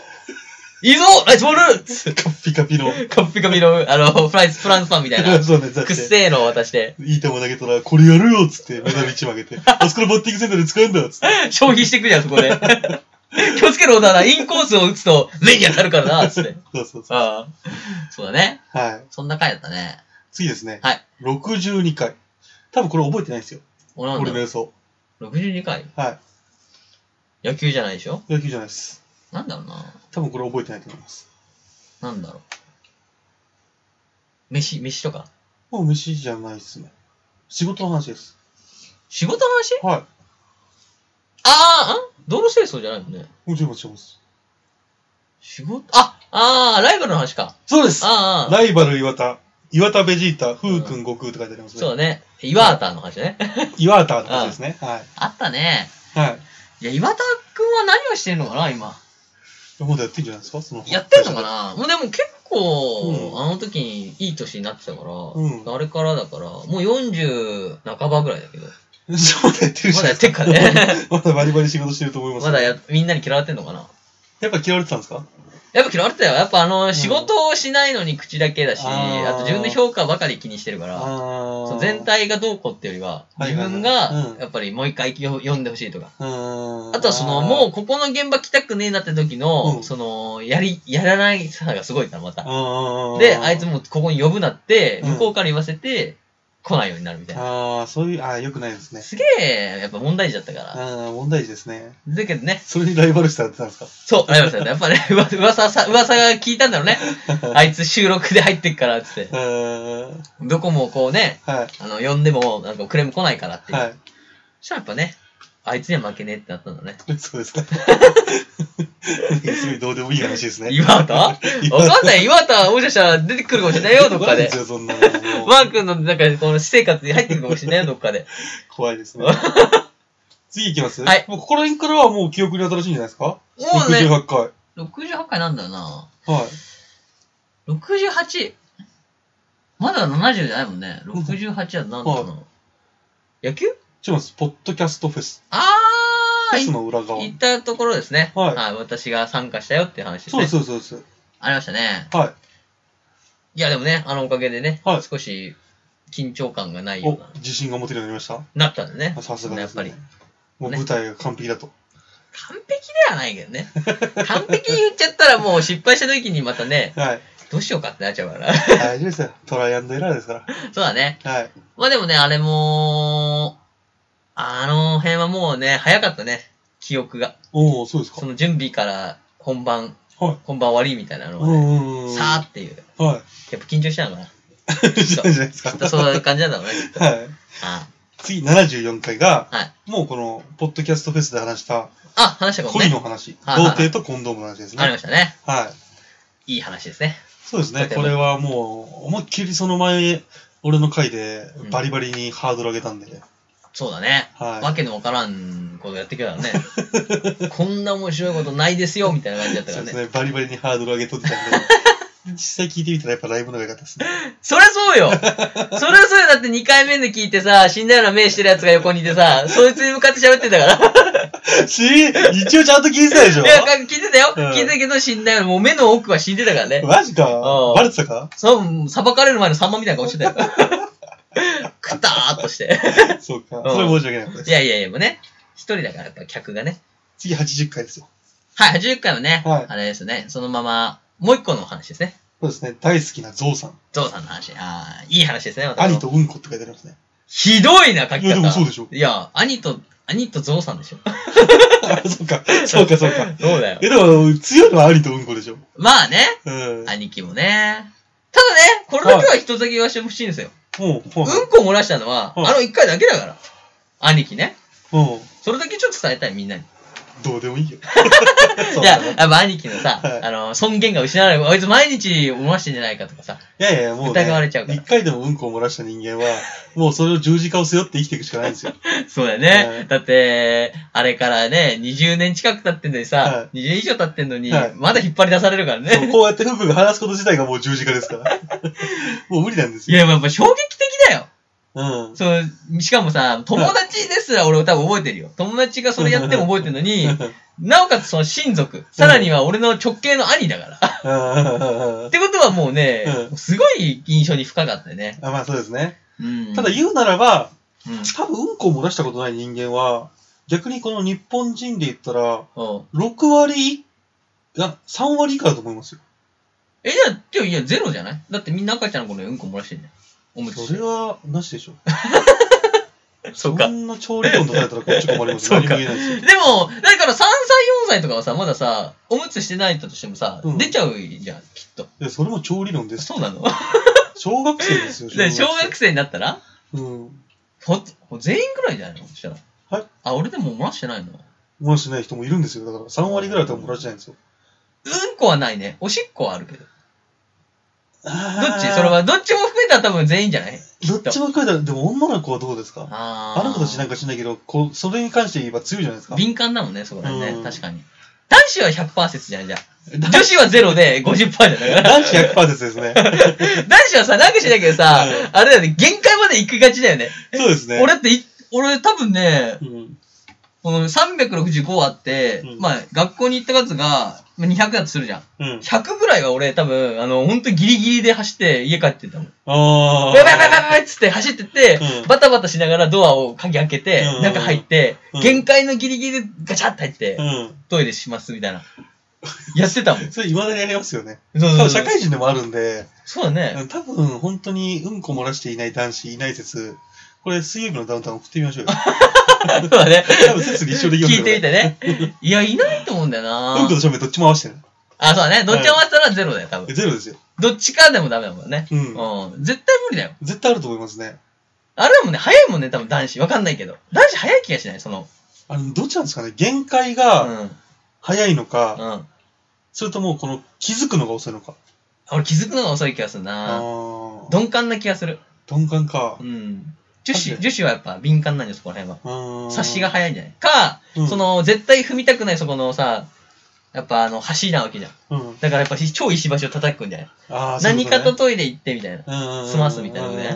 [SPEAKER 2] いいぞナイスボールつっ
[SPEAKER 3] カッピカピの。、
[SPEAKER 2] てカッピカピの、あの、フライス、フランスパンみたいな
[SPEAKER 3] そうね、だっ。
[SPEAKER 2] くってせーのを渡して、
[SPEAKER 3] いい球投げたら、これやるよっつって、メダル1枚あげて。 あそこのバッティングセンターで使うんだっつって。
[SPEAKER 2] 消費してくじゃん、そこで。 気をつけろ、だな。インコースを打つと、目に当たるからな、つって。
[SPEAKER 3] そうそうそ
[SPEAKER 2] ああ。そうだね。
[SPEAKER 3] う。はい。
[SPEAKER 2] そんな回だったね。
[SPEAKER 3] 次ですね。
[SPEAKER 2] はい。
[SPEAKER 3] 62回。多分これ覚えてないですよ。
[SPEAKER 2] 俺なん
[SPEAKER 3] 俺の
[SPEAKER 2] だ
[SPEAKER 3] 予想。
[SPEAKER 2] 62回
[SPEAKER 3] は
[SPEAKER 2] 野球じゃないでしょ
[SPEAKER 3] い。野球じゃないです。
[SPEAKER 2] なんだろうな。
[SPEAKER 3] 多分これ覚えてないと思います。
[SPEAKER 2] なんだろう。飯、飯とか。
[SPEAKER 3] もう虫じゃないですね。仕事の話です。
[SPEAKER 2] 仕事の話
[SPEAKER 3] は
[SPEAKER 2] ああ、ん道路清掃じゃないもんね。
[SPEAKER 3] い。もちろんもちろんです。
[SPEAKER 2] 仕事あ、ああ、ライバルの話か。
[SPEAKER 3] そうです
[SPEAKER 2] ああああ、
[SPEAKER 3] ライバル岩田。岩田ベジータ、風君悟空って書いてありますね。
[SPEAKER 2] そうだね。岩田の話ね。
[SPEAKER 3] 岩田ってことですね。は
[SPEAKER 2] あったね。
[SPEAKER 3] い。はい
[SPEAKER 2] や、岩田くんは何をしてるのかな、今。
[SPEAKER 3] い。まだやってんじゃないですかその
[SPEAKER 2] やってんのかなもうでも結構、
[SPEAKER 3] うん
[SPEAKER 2] あの時にいい年になってたから、
[SPEAKER 3] ん
[SPEAKER 2] あれからだから、もう40半ばぐらいだけど。
[SPEAKER 3] なまだやってるじ
[SPEAKER 2] ま
[SPEAKER 3] ゃ
[SPEAKER 2] だや
[SPEAKER 3] ない
[SPEAKER 2] ってっかね。
[SPEAKER 3] まだバリバリ仕事してると思います。
[SPEAKER 2] まだや、みんなに嫌われてんのかな
[SPEAKER 3] やっぱ嫌われてたんですか
[SPEAKER 2] やっぱ嫌われてたよ。やっぱあの、
[SPEAKER 3] ん
[SPEAKER 2] 仕事をしないのに口だけだし、
[SPEAKER 3] あー
[SPEAKER 2] あと自分の評価ばかり気にしてるから、
[SPEAKER 3] あ
[SPEAKER 2] そ
[SPEAKER 3] あ。
[SPEAKER 2] の全。体がどうこうってよりは、
[SPEAKER 3] はい
[SPEAKER 2] 自
[SPEAKER 3] はいは
[SPEAKER 2] 分
[SPEAKER 3] いう
[SPEAKER 2] が
[SPEAKER 3] ん、
[SPEAKER 2] やっぱりもう一回よ読んでほしいとか。
[SPEAKER 3] うーん。
[SPEAKER 2] あとはその、も
[SPEAKER 3] う
[SPEAKER 2] うここの現場来たくねえなって時の、
[SPEAKER 3] うん
[SPEAKER 2] その、やり、やらないさがすごいから、また。
[SPEAKER 3] あー
[SPEAKER 2] で、あいつ。もうここに呼ぶなって、
[SPEAKER 3] うん
[SPEAKER 2] 向こうから言わせて、来ないようになるみたいな。
[SPEAKER 3] ああ、そういう、ああ、よくないですね。
[SPEAKER 2] すげえ、やっぱ問題児だったから。
[SPEAKER 3] ああ、問題児ですね。
[SPEAKER 2] だけどね、
[SPEAKER 3] それにライバル視されてたんですか
[SPEAKER 2] そう、ありましたね。やっぱね、 噂噂さ、噂が聞いたんだろう ね。あいつ収録で入ってっから、つって
[SPEAKER 3] う。ーん。
[SPEAKER 2] どこもこうね、
[SPEAKER 3] は
[SPEAKER 2] あの、呼んでも、なんかクレーム来ないからっ
[SPEAKER 3] い。
[SPEAKER 2] ていう。
[SPEAKER 3] はい。
[SPEAKER 2] そしたらやっぱね、あいつには負けねえってなったんだ ね。
[SPEAKER 3] そうですか。すごいどうでもいい話ですね。
[SPEAKER 2] 岩田 わかんない。岩田、もしかしたら出てくるかもしれないよ、どっか
[SPEAKER 3] 怖い
[SPEAKER 2] で
[SPEAKER 3] です。よ、そんなの。 もう
[SPEAKER 2] マー君の、なんか、この私生活に入ってくるかもしれないよ、どっかで。
[SPEAKER 3] 怖いですね。次行きます
[SPEAKER 2] はい
[SPEAKER 3] もうここら辺からはもう記憶に新しいんじゃないですか
[SPEAKER 2] もうね、
[SPEAKER 3] ?68 回。はい。
[SPEAKER 2] 68回なんだよな。68。まだ70じゃないもんね。68は何だろうな。野球
[SPEAKER 3] 違います。ポッドキャストフェス。
[SPEAKER 2] あ
[SPEAKER 3] フ
[SPEAKER 2] ー、
[SPEAKER 3] ェス
[SPEAKER 2] い
[SPEAKER 3] の裏側。
[SPEAKER 2] 行ったところですね。
[SPEAKER 3] はい
[SPEAKER 2] はい。私が参加したよっていう話です
[SPEAKER 3] そうで
[SPEAKER 2] ね
[SPEAKER 3] す、。そうですそうです。
[SPEAKER 2] ありましたね。
[SPEAKER 3] はい
[SPEAKER 2] や、でもね、あのおかげでね、
[SPEAKER 3] はい
[SPEAKER 2] 少し緊張感がない
[SPEAKER 3] い。
[SPEAKER 2] よ
[SPEAKER 3] お
[SPEAKER 2] うな、
[SPEAKER 3] 自信が持てるようになりました
[SPEAKER 2] なったんでね
[SPEAKER 3] あ。さすがですね。
[SPEAKER 2] やっぱり。
[SPEAKER 3] もう
[SPEAKER 2] ね
[SPEAKER 3] 舞台が完璧だと。
[SPEAKER 2] 完璧ではないけどね。完璧に言っちゃったらもう失敗した時にまたね、
[SPEAKER 3] はい。
[SPEAKER 2] どうしようかってなっちゃうから。
[SPEAKER 3] 大丈夫ですよ。トライアンドエラーですか
[SPEAKER 2] そうだね。
[SPEAKER 3] ら。はい。
[SPEAKER 2] まあでもね、あれも、あの辺はもうね、早かったね。記憶が。
[SPEAKER 3] おおそうです
[SPEAKER 2] そ
[SPEAKER 3] か。
[SPEAKER 2] の準備から本番、
[SPEAKER 3] はい。
[SPEAKER 2] 本番終わりみたいなの
[SPEAKER 3] う
[SPEAKER 2] はね、
[SPEAKER 3] んうんうん。
[SPEAKER 2] さーっていう。
[SPEAKER 3] あ。はい。
[SPEAKER 2] やっぱ緊張したのかな。
[SPEAKER 3] じゃないで
[SPEAKER 2] き
[SPEAKER 3] すか
[SPEAKER 2] っ。とそういう感じなんだろ うね。
[SPEAKER 3] はい。
[SPEAKER 2] あ
[SPEAKER 3] 次、74回が、
[SPEAKER 2] はい。
[SPEAKER 3] もうこの、ポッドキャストフェスで話した、
[SPEAKER 2] あ、話したかも
[SPEAKER 3] 恋
[SPEAKER 2] ね。
[SPEAKER 3] の話、
[SPEAKER 2] はいはい
[SPEAKER 3] 童
[SPEAKER 2] はい
[SPEAKER 3] 貞とコンドームの話です
[SPEAKER 2] ありま
[SPEAKER 3] ね。
[SPEAKER 2] したね。
[SPEAKER 3] はい。
[SPEAKER 2] いい話ですね。
[SPEAKER 3] そうですね。
[SPEAKER 2] とて
[SPEAKER 3] こ
[SPEAKER 2] も
[SPEAKER 3] れはもう、思いっきりその前、俺の回で
[SPEAKER 2] うん、
[SPEAKER 3] バリバリにハードル上げたんで、
[SPEAKER 2] そうだね。わ
[SPEAKER 3] は
[SPEAKER 2] けのわからんことやってきたからね。こんな面白いことないですよ、みたいな感じだっ
[SPEAKER 3] い。
[SPEAKER 2] た
[SPEAKER 3] そ
[SPEAKER 2] か
[SPEAKER 3] う
[SPEAKER 2] ら
[SPEAKER 3] で
[SPEAKER 2] ね
[SPEAKER 3] す。ね。バリバリにハードル上げとってたん で、実際聞いてみたらやっぱライブの方が良かったですね。
[SPEAKER 2] そりゃそうよそりゃそうよだって2回目で聞いてさ、死んだような目してるやつが横にいてさ、そいつに向かって喋ってたから。
[SPEAKER 3] し、一応ちゃんと聞いてたでしょ
[SPEAKER 2] いや、か聞いてたよ、
[SPEAKER 3] うん
[SPEAKER 2] 聞いてたけど死んだような、もう目の奥は死んでたからね。
[SPEAKER 3] マジか
[SPEAKER 2] うん
[SPEAKER 3] バレてたか
[SPEAKER 2] そう、裁かれる前のサンマみたいな顔 してたよ。くたーっとして。
[SPEAKER 3] そうか。
[SPEAKER 2] うん
[SPEAKER 3] それは申し訳なかった
[SPEAKER 2] い
[SPEAKER 3] です。
[SPEAKER 2] やいやいや、もうね、一人だからやっぱ客がね。
[SPEAKER 3] 次80回ですよ。
[SPEAKER 2] はい、80回もね、
[SPEAKER 3] はい
[SPEAKER 2] あれですね、そのまま、もう一個のお話ですね。
[SPEAKER 3] そうですね。大好きなゾウさん。
[SPEAKER 2] ゾウさんの話。ああ、いい話ですね、また
[SPEAKER 3] 兄とうんこって書いてあ りますね。
[SPEAKER 2] ひどいな、書き方。
[SPEAKER 3] いやでもそうでしょ
[SPEAKER 2] いや、兄と、兄とゾウさんでしょ。
[SPEAKER 3] あそうか。そうか、そうか。
[SPEAKER 2] そうだよ。
[SPEAKER 3] え、でも、強いのは兄とうんこでしょ。
[SPEAKER 2] まあね、
[SPEAKER 3] うん。
[SPEAKER 2] 兄貴もね。ただね、これだけは一つだけ言わせてほしいんですよ。
[SPEAKER 3] もう、
[SPEAKER 2] うん
[SPEAKER 3] はい
[SPEAKER 2] こ漏らしたのは、
[SPEAKER 3] はい
[SPEAKER 2] あの一回だけだから。兄貴ね。
[SPEAKER 3] うん。
[SPEAKER 2] それだけちょっと伝えたい、みんなに。
[SPEAKER 3] どうでもいいよ。
[SPEAKER 2] い
[SPEAKER 3] そう
[SPEAKER 2] や、
[SPEAKER 3] だ
[SPEAKER 2] や
[SPEAKER 3] ね
[SPEAKER 2] っぱ兄貴のさ
[SPEAKER 3] はい、
[SPEAKER 2] あの、尊厳が失われる。あいつ毎日漏らしてんじゃないかとかさ。
[SPEAKER 3] いやいや、もう、ね、
[SPEAKER 2] 疑われちゃうから
[SPEAKER 3] 一回でもうんこを漏らした人間は、もうそれを十字架を背負って生きていくしかない んですよ。
[SPEAKER 2] そうだよ
[SPEAKER 3] は
[SPEAKER 2] ね
[SPEAKER 3] い。
[SPEAKER 2] だって、あれからね、20年近く経ってんのにさ
[SPEAKER 3] は、
[SPEAKER 2] 20年以上経ってんのに
[SPEAKER 3] はい、
[SPEAKER 2] まだ引っ張り出されるから
[SPEAKER 3] そう
[SPEAKER 2] ね。
[SPEAKER 3] こうやってフクが話すこと自体がもう十字架ですから。 もう無理なんです
[SPEAKER 2] い
[SPEAKER 3] よ。
[SPEAKER 2] や、やっぱ衝撃的だよ。
[SPEAKER 3] うん。
[SPEAKER 2] そう、しかもさ、友達ですら俺多分覚えてるよ。友達がそれやっても覚えてるの に、なおかつその親族、さらには俺の直系の兄だから。っ
[SPEAKER 3] あ
[SPEAKER 2] てことはもうね、
[SPEAKER 3] うん
[SPEAKER 2] すごい印象に深かったよね。
[SPEAKER 3] まあそうですね。
[SPEAKER 2] うん、
[SPEAKER 3] ただ言うならば、
[SPEAKER 2] うん、
[SPEAKER 3] 多分うんこを漏らしたことない人間は、逆にこの日本人で言ったら、
[SPEAKER 2] おう
[SPEAKER 3] 6割、あ、3割以下だと思いますよ。
[SPEAKER 2] え、じゃあ、いや、いや、ゼロじゃないだってみんな赤ちゃんの頃にうんこ漏らしてんじゃん。おむつ
[SPEAKER 3] それは、なしでしょ。
[SPEAKER 2] そ
[SPEAKER 3] こ。んな調理論出されたらこっち困ります
[SPEAKER 2] そう
[SPEAKER 3] よ。何
[SPEAKER 2] か
[SPEAKER 3] も言えないですよ。
[SPEAKER 2] でも、だから3歳、4歳とかはさ、まださ、おむつしてないとしてもさ、
[SPEAKER 3] うん
[SPEAKER 2] 出ちゃうじゃん、きっと。
[SPEAKER 3] いやそれも調理論です。
[SPEAKER 2] そうなの
[SPEAKER 3] 小学生ですよ、
[SPEAKER 2] で小学生になったら
[SPEAKER 3] うん。
[SPEAKER 2] ほほ全員ぐらいじゃないのそしたら。
[SPEAKER 3] はい
[SPEAKER 2] あ、俺でも漏らしてないのう
[SPEAKER 3] 漏らしてない人もいるんですよ。だから3割ぐらいは多分漏らしてないんですよ。
[SPEAKER 2] んこはないね。おしっこはあるけど。
[SPEAKER 3] ど
[SPEAKER 2] どっちそれは、どっちも含めたら多分全員じゃない
[SPEAKER 3] どっちも書いてある。でも女の子はどうですか
[SPEAKER 2] あ
[SPEAKER 3] あの子たちなん
[SPEAKER 2] か。
[SPEAKER 3] かしないけど、こう、それに関して言えば強いじゃないですか。
[SPEAKER 2] 敏感だもんね、そこら辺
[SPEAKER 3] う
[SPEAKER 2] ね。
[SPEAKER 3] ん
[SPEAKER 2] 確かに。男子は100%説じゃん、じゃあ。
[SPEAKER 3] だ
[SPEAKER 2] 女子は0で50%じゃんだから。
[SPEAKER 3] 男子100%ですですね。
[SPEAKER 2] 男子はさ、なんかしないけどさ、
[SPEAKER 3] う
[SPEAKER 2] あれだよね、限界まで行くがちだよね。
[SPEAKER 3] そうですね。
[SPEAKER 2] 俺だってい、俺多分ね、
[SPEAKER 3] うん。
[SPEAKER 2] この365あって、
[SPEAKER 3] うん
[SPEAKER 2] まあ、学校に行った数がまあ200だとするじゃん。
[SPEAKER 3] うん。
[SPEAKER 2] 100ぐらいは俺多分、あの、ほんとギリギリで走って家帰ってたもん。
[SPEAKER 3] あ
[SPEAKER 2] やばいやばいやばいやばいっつって走ってって、
[SPEAKER 3] うん
[SPEAKER 2] バタバタしながらドアを鍵開けて、
[SPEAKER 3] うん
[SPEAKER 2] 中入って、
[SPEAKER 3] うん
[SPEAKER 2] 限界のギリギリでガチャッと入って、
[SPEAKER 3] ー。うん。
[SPEAKER 2] トイレしますみたいな。やってたもん。そう
[SPEAKER 3] それ未だにやりますよね。
[SPEAKER 2] そう
[SPEAKER 3] 多
[SPEAKER 2] そう
[SPEAKER 3] 分社会人でもあるんで、
[SPEAKER 2] そうだね。
[SPEAKER 3] 多分本当にうんこ漏らしていない男子いない説、これ水曜日のダウンタウン送ってみましょうよ。
[SPEAKER 2] そうだね。
[SPEAKER 3] 多分説立証できます
[SPEAKER 2] 聞いてみてね。いや、いないと思うんだよな
[SPEAKER 3] うんこと正面どっちも合わせてる。
[SPEAKER 2] あ、そうだね。どっちもあったらゼロだよ、多分。
[SPEAKER 3] ゼロですよ。
[SPEAKER 2] どっちかでもダメだもんね。
[SPEAKER 3] う。
[SPEAKER 2] うんん。絶対無理だよ。
[SPEAKER 3] 絶対あると思いますね。
[SPEAKER 2] あれだもんね、早いもんね、多分男子。わかんないけど。男子早い気がしない、その、
[SPEAKER 3] あの、どっちなんですかね限界が
[SPEAKER 2] うん。
[SPEAKER 3] 早いのか、
[SPEAKER 2] うん。
[SPEAKER 3] それともこの気づくのが遅いのか。
[SPEAKER 2] 俺気づくのが遅い気がする
[SPEAKER 3] あ
[SPEAKER 2] な。
[SPEAKER 3] あ。
[SPEAKER 2] 鈍感な気がする。
[SPEAKER 3] 鈍感か
[SPEAKER 2] う。ん。女
[SPEAKER 3] 確
[SPEAKER 2] 子、
[SPEAKER 3] かに
[SPEAKER 2] 女子はやっぱ敏感なんじゃん、そこら辺は。
[SPEAKER 3] うん
[SPEAKER 2] 察しが、早いんじゃないか、
[SPEAKER 3] うん
[SPEAKER 2] そ、の、絶対踏みたくないそこのさ、やっぱあの、橋なわけじゃん。
[SPEAKER 3] うん、
[SPEAKER 2] だからやっぱ超石橋を叩くんじゃない
[SPEAKER 3] あーそういう
[SPEAKER 2] 何
[SPEAKER 3] こと
[SPEAKER 2] か
[SPEAKER 3] ね
[SPEAKER 2] とトイレ行ってみたいな。
[SPEAKER 3] 済
[SPEAKER 2] 済ますみたいなね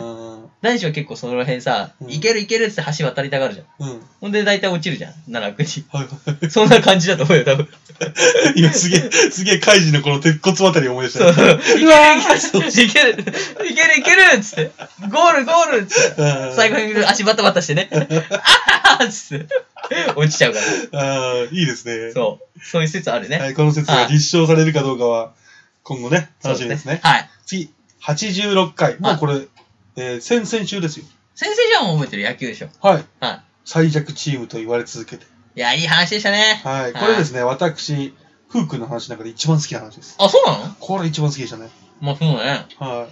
[SPEAKER 2] 男子は結構その辺さ、
[SPEAKER 3] うん
[SPEAKER 2] 行ける行けるっつって橋渡りたがるじゃん。
[SPEAKER 3] うん。はい
[SPEAKER 2] ほんで大体落ちるじゃん、奈落に。
[SPEAKER 3] はい。
[SPEAKER 2] そんな感じだと思うよ、多分。
[SPEAKER 3] 今すげえ、すげえ、カイジのこの鉄骨あたりを思い出し
[SPEAKER 2] そう。
[SPEAKER 3] た
[SPEAKER 2] い
[SPEAKER 3] ね。
[SPEAKER 2] ける いける、いける、いけるいけるっつって。ゴールゴールっつって。
[SPEAKER 3] うん
[SPEAKER 2] 最後に足バタバタしてね。あはっつって。落ちちゃうか
[SPEAKER 3] あーいいですね
[SPEAKER 2] ら。。そう。そういう説あるね。
[SPEAKER 3] はい、この説が立証されるかどうかは、今後ね、
[SPEAKER 2] そう
[SPEAKER 3] 楽しみですね。
[SPEAKER 2] はい。
[SPEAKER 3] 次、86回。もうこれ、えー先々週ですよ。
[SPEAKER 2] 先生じゃん覚えてる野球でしょ。
[SPEAKER 3] はい。
[SPEAKER 2] は
[SPEAKER 3] 最弱チームと言われ続けて。
[SPEAKER 2] い。いや、いい話でしたね。
[SPEAKER 3] はい。これですね、私、フー君の話の中で一番好きな話です。
[SPEAKER 2] あ、そうなの
[SPEAKER 3] これ一番好きでしたね。
[SPEAKER 2] まあ、そうだね。
[SPEAKER 3] は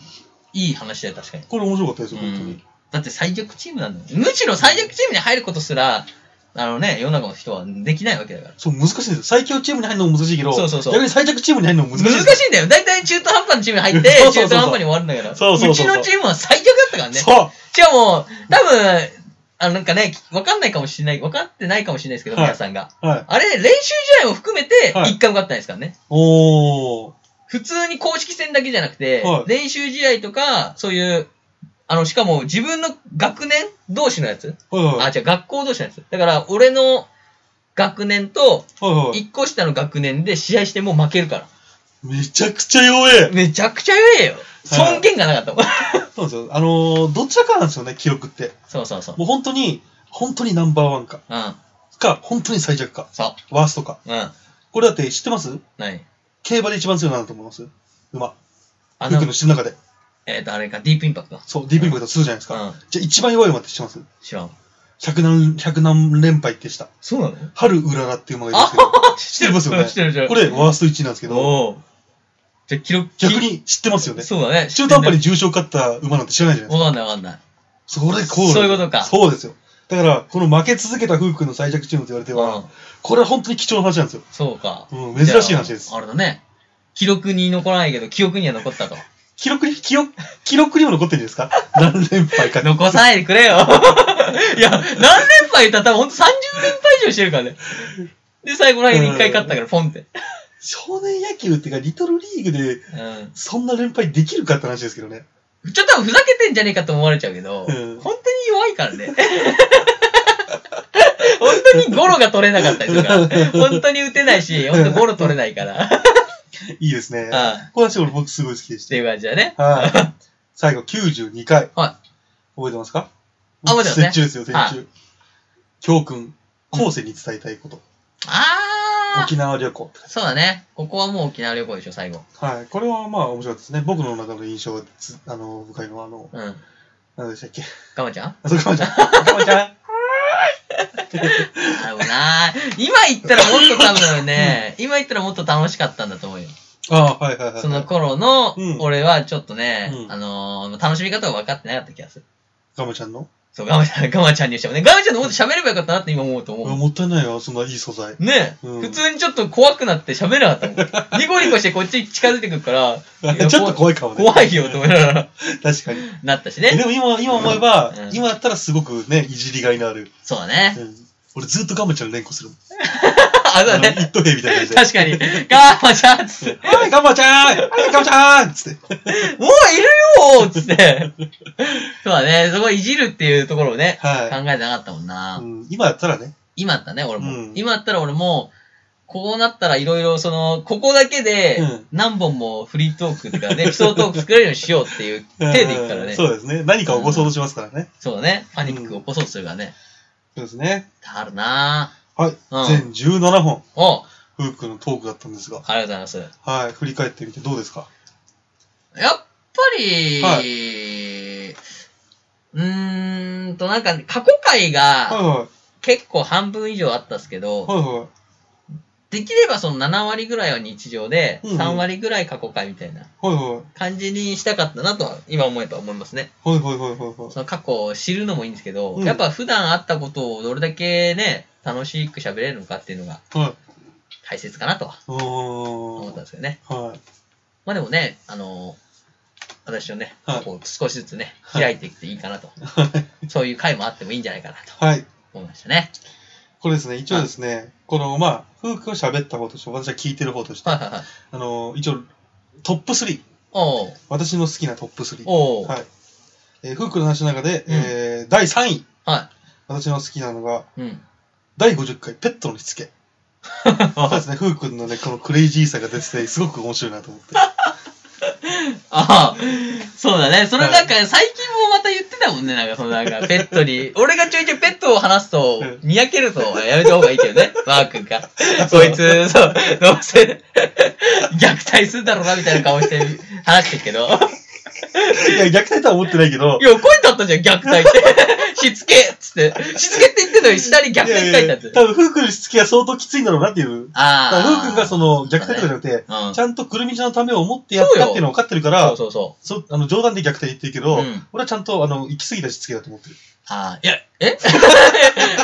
[SPEAKER 3] い。
[SPEAKER 2] いい話だよ、確かに。
[SPEAKER 3] これ面白かったですよ、本当
[SPEAKER 2] う
[SPEAKER 3] に
[SPEAKER 2] ん。だって最弱チームなんだよ。むしろ最弱チームに入ることすら、あのね、世の中の人はできないわけだから。
[SPEAKER 3] そう、難しいんですよ。最強チームに入るのも難しいけど、
[SPEAKER 2] そうそうそう
[SPEAKER 3] 逆に最弱チームに入るのも難しいん
[SPEAKER 2] 難
[SPEAKER 3] ですよ。
[SPEAKER 2] しいんだよ。大体中途半端のチームに入って
[SPEAKER 3] そう、そうそう
[SPEAKER 2] 中途半端に終わるんだけど。
[SPEAKER 3] そうそうそうそう
[SPEAKER 2] ちのチームは最弱だったからね。
[SPEAKER 3] そう
[SPEAKER 2] しかも、多分、あの、なんかね、わかんないかもしれない、わかってないかもしれないですけど、
[SPEAKER 3] はい
[SPEAKER 2] 皆さんが。
[SPEAKER 3] はい。
[SPEAKER 2] あれ、練習試合も含めて、
[SPEAKER 3] はい
[SPEAKER 2] 一回も勝ってないですからね。
[SPEAKER 3] おー。
[SPEAKER 2] 普通に公式戦だけじゃなくて、
[SPEAKER 3] はい
[SPEAKER 2] 練習試合とか、そういう、あの、しかも自分の学年同士のやつ。
[SPEAKER 3] はいはい。
[SPEAKER 2] あ、違う、学校同士のやつ。だから、俺の学年と、
[SPEAKER 3] はいはい。
[SPEAKER 2] 一個下の学年で試合しても負けるから。
[SPEAKER 3] めちゃくちゃ弱え。
[SPEAKER 2] めちゃくちゃ弱えよ。
[SPEAKER 3] はい
[SPEAKER 2] 尊厳がなかったもん。
[SPEAKER 3] そうなんですよ。あのー、どちらかなんですよね、記録って。
[SPEAKER 2] そうそうそう。
[SPEAKER 3] もう本当に、本当にナンバーワンか。
[SPEAKER 2] うん。
[SPEAKER 3] か、本当に最弱か。
[SPEAKER 2] そ
[SPEAKER 3] ワーストか。
[SPEAKER 2] う。うん。
[SPEAKER 3] これだって知ってます
[SPEAKER 2] 何
[SPEAKER 3] 競馬で一番強いのなんだと思います馬。
[SPEAKER 2] あ
[SPEAKER 3] フッ
[SPEAKER 2] の
[SPEAKER 3] ク、の知る中で。
[SPEAKER 2] えっ、と、あれか、ディープインパクト。
[SPEAKER 3] そう、ディープインパクトするじゃないですか。
[SPEAKER 2] うん。
[SPEAKER 3] じゃあ一番弱い馬って知ってます
[SPEAKER 2] 知らん。
[SPEAKER 3] 100何、100何連敗ってした。
[SPEAKER 2] そうなの
[SPEAKER 3] 春うららっていう馬がいるんですけど。
[SPEAKER 2] あ
[SPEAKER 3] 知ってますよね
[SPEAKER 2] 知ってる、知ってる。
[SPEAKER 3] これ、ワースト1位なんですけど、
[SPEAKER 2] おーじゃあ、記録、
[SPEAKER 3] 逆に知ってますよね。
[SPEAKER 2] そうだね。
[SPEAKER 3] 中途半端に
[SPEAKER 2] に。
[SPEAKER 3] 重賞勝った馬なんて知らないじゃないです
[SPEAKER 2] わ
[SPEAKER 3] か
[SPEAKER 2] かんないわかんない。
[SPEAKER 3] それこう。
[SPEAKER 2] そういうことか
[SPEAKER 3] そうですよ。だから、この負け続けたフー君の最弱チームと言われては、
[SPEAKER 2] うん
[SPEAKER 3] これは本当に貴重な話なんですよ。
[SPEAKER 2] そうか。
[SPEAKER 3] うん、珍しい話で
[SPEAKER 2] じ
[SPEAKER 3] す
[SPEAKER 2] ゃあ。あれだね。記録に残らないけど、記憶には残ったと。
[SPEAKER 3] 記録に、記録、 記録にも残ってるんですか 何連敗か。
[SPEAKER 2] 残さないでくれよ。 いや、何連敗言ったら多分ほんと30連敗以上してるからね。で、最後の辺に1回勝ったから、ポンって。
[SPEAKER 3] 少年野球っていうか、リトルリーグで、
[SPEAKER 2] うん。
[SPEAKER 3] そんな連敗できるかって話ですけどね。
[SPEAKER 2] ちょっと多分ふざけてんじゃねえかと思われちゃうけど、
[SPEAKER 3] うん
[SPEAKER 2] 本当に弱いからね。 本当にゴロが取れなかったりとか、本当に打てないし、本当ゴロ取れないから。 っ
[SPEAKER 3] いいですね。
[SPEAKER 2] あ
[SPEAKER 3] この話俺僕すごい好きでして
[SPEAKER 2] いう感じだね。
[SPEAKER 3] た。はい。 最後、92回。
[SPEAKER 2] は
[SPEAKER 3] 覚えてますか
[SPEAKER 2] あ覚えてますね
[SPEAKER 3] 先中ですよ、先
[SPEAKER 2] は
[SPEAKER 3] 中。教訓、後世に伝えたいこと。
[SPEAKER 2] あー
[SPEAKER 3] 沖縄旅行って
[SPEAKER 2] そうだね。ここはもう沖縄旅行でしょ、最後。
[SPEAKER 3] はい、これはまあ面白かったですね。僕の中の印象がつあの深いのは、あの、
[SPEAKER 2] うん。
[SPEAKER 3] 何でしたっけ。
[SPEAKER 2] ガマちゃん
[SPEAKER 3] あ、そうかまちゃん。かまちゃん。
[SPEAKER 2] あのな今言ったらもっと多分ね、今言ったらもっと楽しかったんだと思うよ。
[SPEAKER 3] あはいはいはい。
[SPEAKER 2] その頃の
[SPEAKER 3] うん、
[SPEAKER 2] 俺はちょっとね、
[SPEAKER 3] うん
[SPEAKER 2] あのー楽しみ方が分かってなかった気がする。
[SPEAKER 3] かまちゃんの、
[SPEAKER 2] そう、ガマちゃん、ガマちゃんにしてもね、ガマちゃんのこと喋ればよかったなって今思うと思う。
[SPEAKER 3] あもったいないよ、そんないい素材。
[SPEAKER 2] ねえ、
[SPEAKER 3] うん
[SPEAKER 2] 普通にちょっと怖くなって喋れなか ったもん。ニコニコしてこっち近づいてくるから、いや
[SPEAKER 3] ちょっと怖いかもね。
[SPEAKER 2] 怖いよと思いながら、
[SPEAKER 3] 確かに。
[SPEAKER 2] なったし
[SPEAKER 3] え
[SPEAKER 2] ね。
[SPEAKER 3] でも今、今思えば、
[SPEAKER 2] うん
[SPEAKER 3] 今だったらすごくね、いじりがいのある。
[SPEAKER 2] そうだ
[SPEAKER 3] う
[SPEAKER 2] ね。
[SPEAKER 3] ん俺ずっとかまちゃんの連呼するもん。
[SPEAKER 2] あ、そうだ
[SPEAKER 3] あの
[SPEAKER 2] ね。
[SPEAKER 3] 一等兵みたいな感
[SPEAKER 2] 確
[SPEAKER 3] じで。
[SPEAKER 2] かに。ガマちゃんっつって、
[SPEAKER 3] はい、かまちゃんはい、かまちゃんつって。
[SPEAKER 2] もういるよーっつ って。そうだね、そこいじるっていうところをね、考
[SPEAKER 3] は。。
[SPEAKER 2] えてなかったもんない
[SPEAKER 3] うん今だったらね。
[SPEAKER 2] 今だったね、俺も。
[SPEAKER 3] うん
[SPEAKER 2] 今だったら俺も、こうなったらいろいろ、その、ここだけで
[SPEAKER 3] うん、
[SPEAKER 2] 何本もフリートークとかね、エ ピソードトーク作れるようにしようっていう手でいったら
[SPEAKER 3] うん
[SPEAKER 2] ね。
[SPEAKER 3] そうですね。何か起こそうとしますからね。
[SPEAKER 2] そうだね。パニックを起こそうとするからね。
[SPEAKER 3] そうですね。
[SPEAKER 2] あるなぁ。
[SPEAKER 3] はい。全17本。
[SPEAKER 2] お
[SPEAKER 3] フークのトークだったんですが、
[SPEAKER 2] ありがとうございます。やっ
[SPEAKER 3] はい、振り返ってみてどうですか
[SPEAKER 2] ぱり、
[SPEAKER 3] は
[SPEAKER 2] うーんと、なんか、過去回
[SPEAKER 3] はい
[SPEAKER 2] が
[SPEAKER 3] は
[SPEAKER 2] 結構半分以上あったっすけど、
[SPEAKER 3] い。はいは
[SPEAKER 2] できればその7割ぐらいは日常で、
[SPEAKER 3] うんうん。
[SPEAKER 2] 3割ぐらい過去回みたいない
[SPEAKER 3] はいはい。
[SPEAKER 2] 感じにしたかったなとは、今思えば思いますね。
[SPEAKER 3] はいはいはいはいはい。
[SPEAKER 2] その過去を知るのもいいんですけど、
[SPEAKER 3] うん
[SPEAKER 2] やっぱ普段あったことをどれだけね、楽しく喋れるのかっていうのが
[SPEAKER 3] はい。
[SPEAKER 2] 大切かなと
[SPEAKER 3] う
[SPEAKER 2] 思っ
[SPEAKER 3] ーん
[SPEAKER 2] たん。ですよね。
[SPEAKER 3] はい。
[SPEAKER 2] まあでもね、あの、私をね、
[SPEAKER 3] はい
[SPEAKER 2] こう少しずつね、
[SPEAKER 3] はい
[SPEAKER 2] 開いていっていいかなと、
[SPEAKER 3] はい
[SPEAKER 2] そういう回もあってもいいんじゃないかなと
[SPEAKER 3] はい。
[SPEAKER 2] 思いましたね。
[SPEAKER 3] これですね、一応ですね、この、まあ、夫婦を喋った方として、私は聞いてる方として、
[SPEAKER 2] はい
[SPEAKER 3] あ
[SPEAKER 2] はいはい。
[SPEAKER 3] の、一応、トップ3。
[SPEAKER 2] おう
[SPEAKER 3] 私の好きなトップ3。
[SPEAKER 2] おう
[SPEAKER 3] はい。えー、夫婦の話の中で、
[SPEAKER 2] うん
[SPEAKER 3] えー、第3位。
[SPEAKER 2] は
[SPEAKER 3] 私の好きなのが、
[SPEAKER 2] い。うん。
[SPEAKER 3] 第50回、ペットのし つけ。そうですね、ふうくんのね、このクレイジーさが出てて、すごく面白いなと思って。
[SPEAKER 2] ああ、そうだね。それなんか、最近もまた言ってたもんね。なんか、そのなんか、ペットに。 俺がちょいちょいペットを話すと
[SPEAKER 3] うん、
[SPEAKER 2] にやけると、やめた方がいいけどね。マー君が。こいつ、 そう、どうせ、虐待するんだろうな、みたいな顔して話してる けど。いや、
[SPEAKER 3] いや、虐待とは思ってないけど、
[SPEAKER 2] 声だったじゃん、虐待って。 しつけっつって。しつけって言ってんのに、下に虐待って書いてあって。
[SPEAKER 3] 多分、ふうくんのしつけは相当きついんだろうなっていう。だからふう
[SPEAKER 2] ああ。
[SPEAKER 3] くんがその、虐待とかじゃなくて、
[SPEAKER 2] うん
[SPEAKER 3] ちゃんとくるみちゃんのためを思ってやったっていうのは分かってるから、
[SPEAKER 2] そう
[SPEAKER 3] そ
[SPEAKER 2] そうそう。
[SPEAKER 3] うあの冗談で虐待言ってるけど、
[SPEAKER 2] うん
[SPEAKER 3] 俺はちゃんと、あの、行き過ぎたしつけだと思ってる。
[SPEAKER 2] ああ、いや、え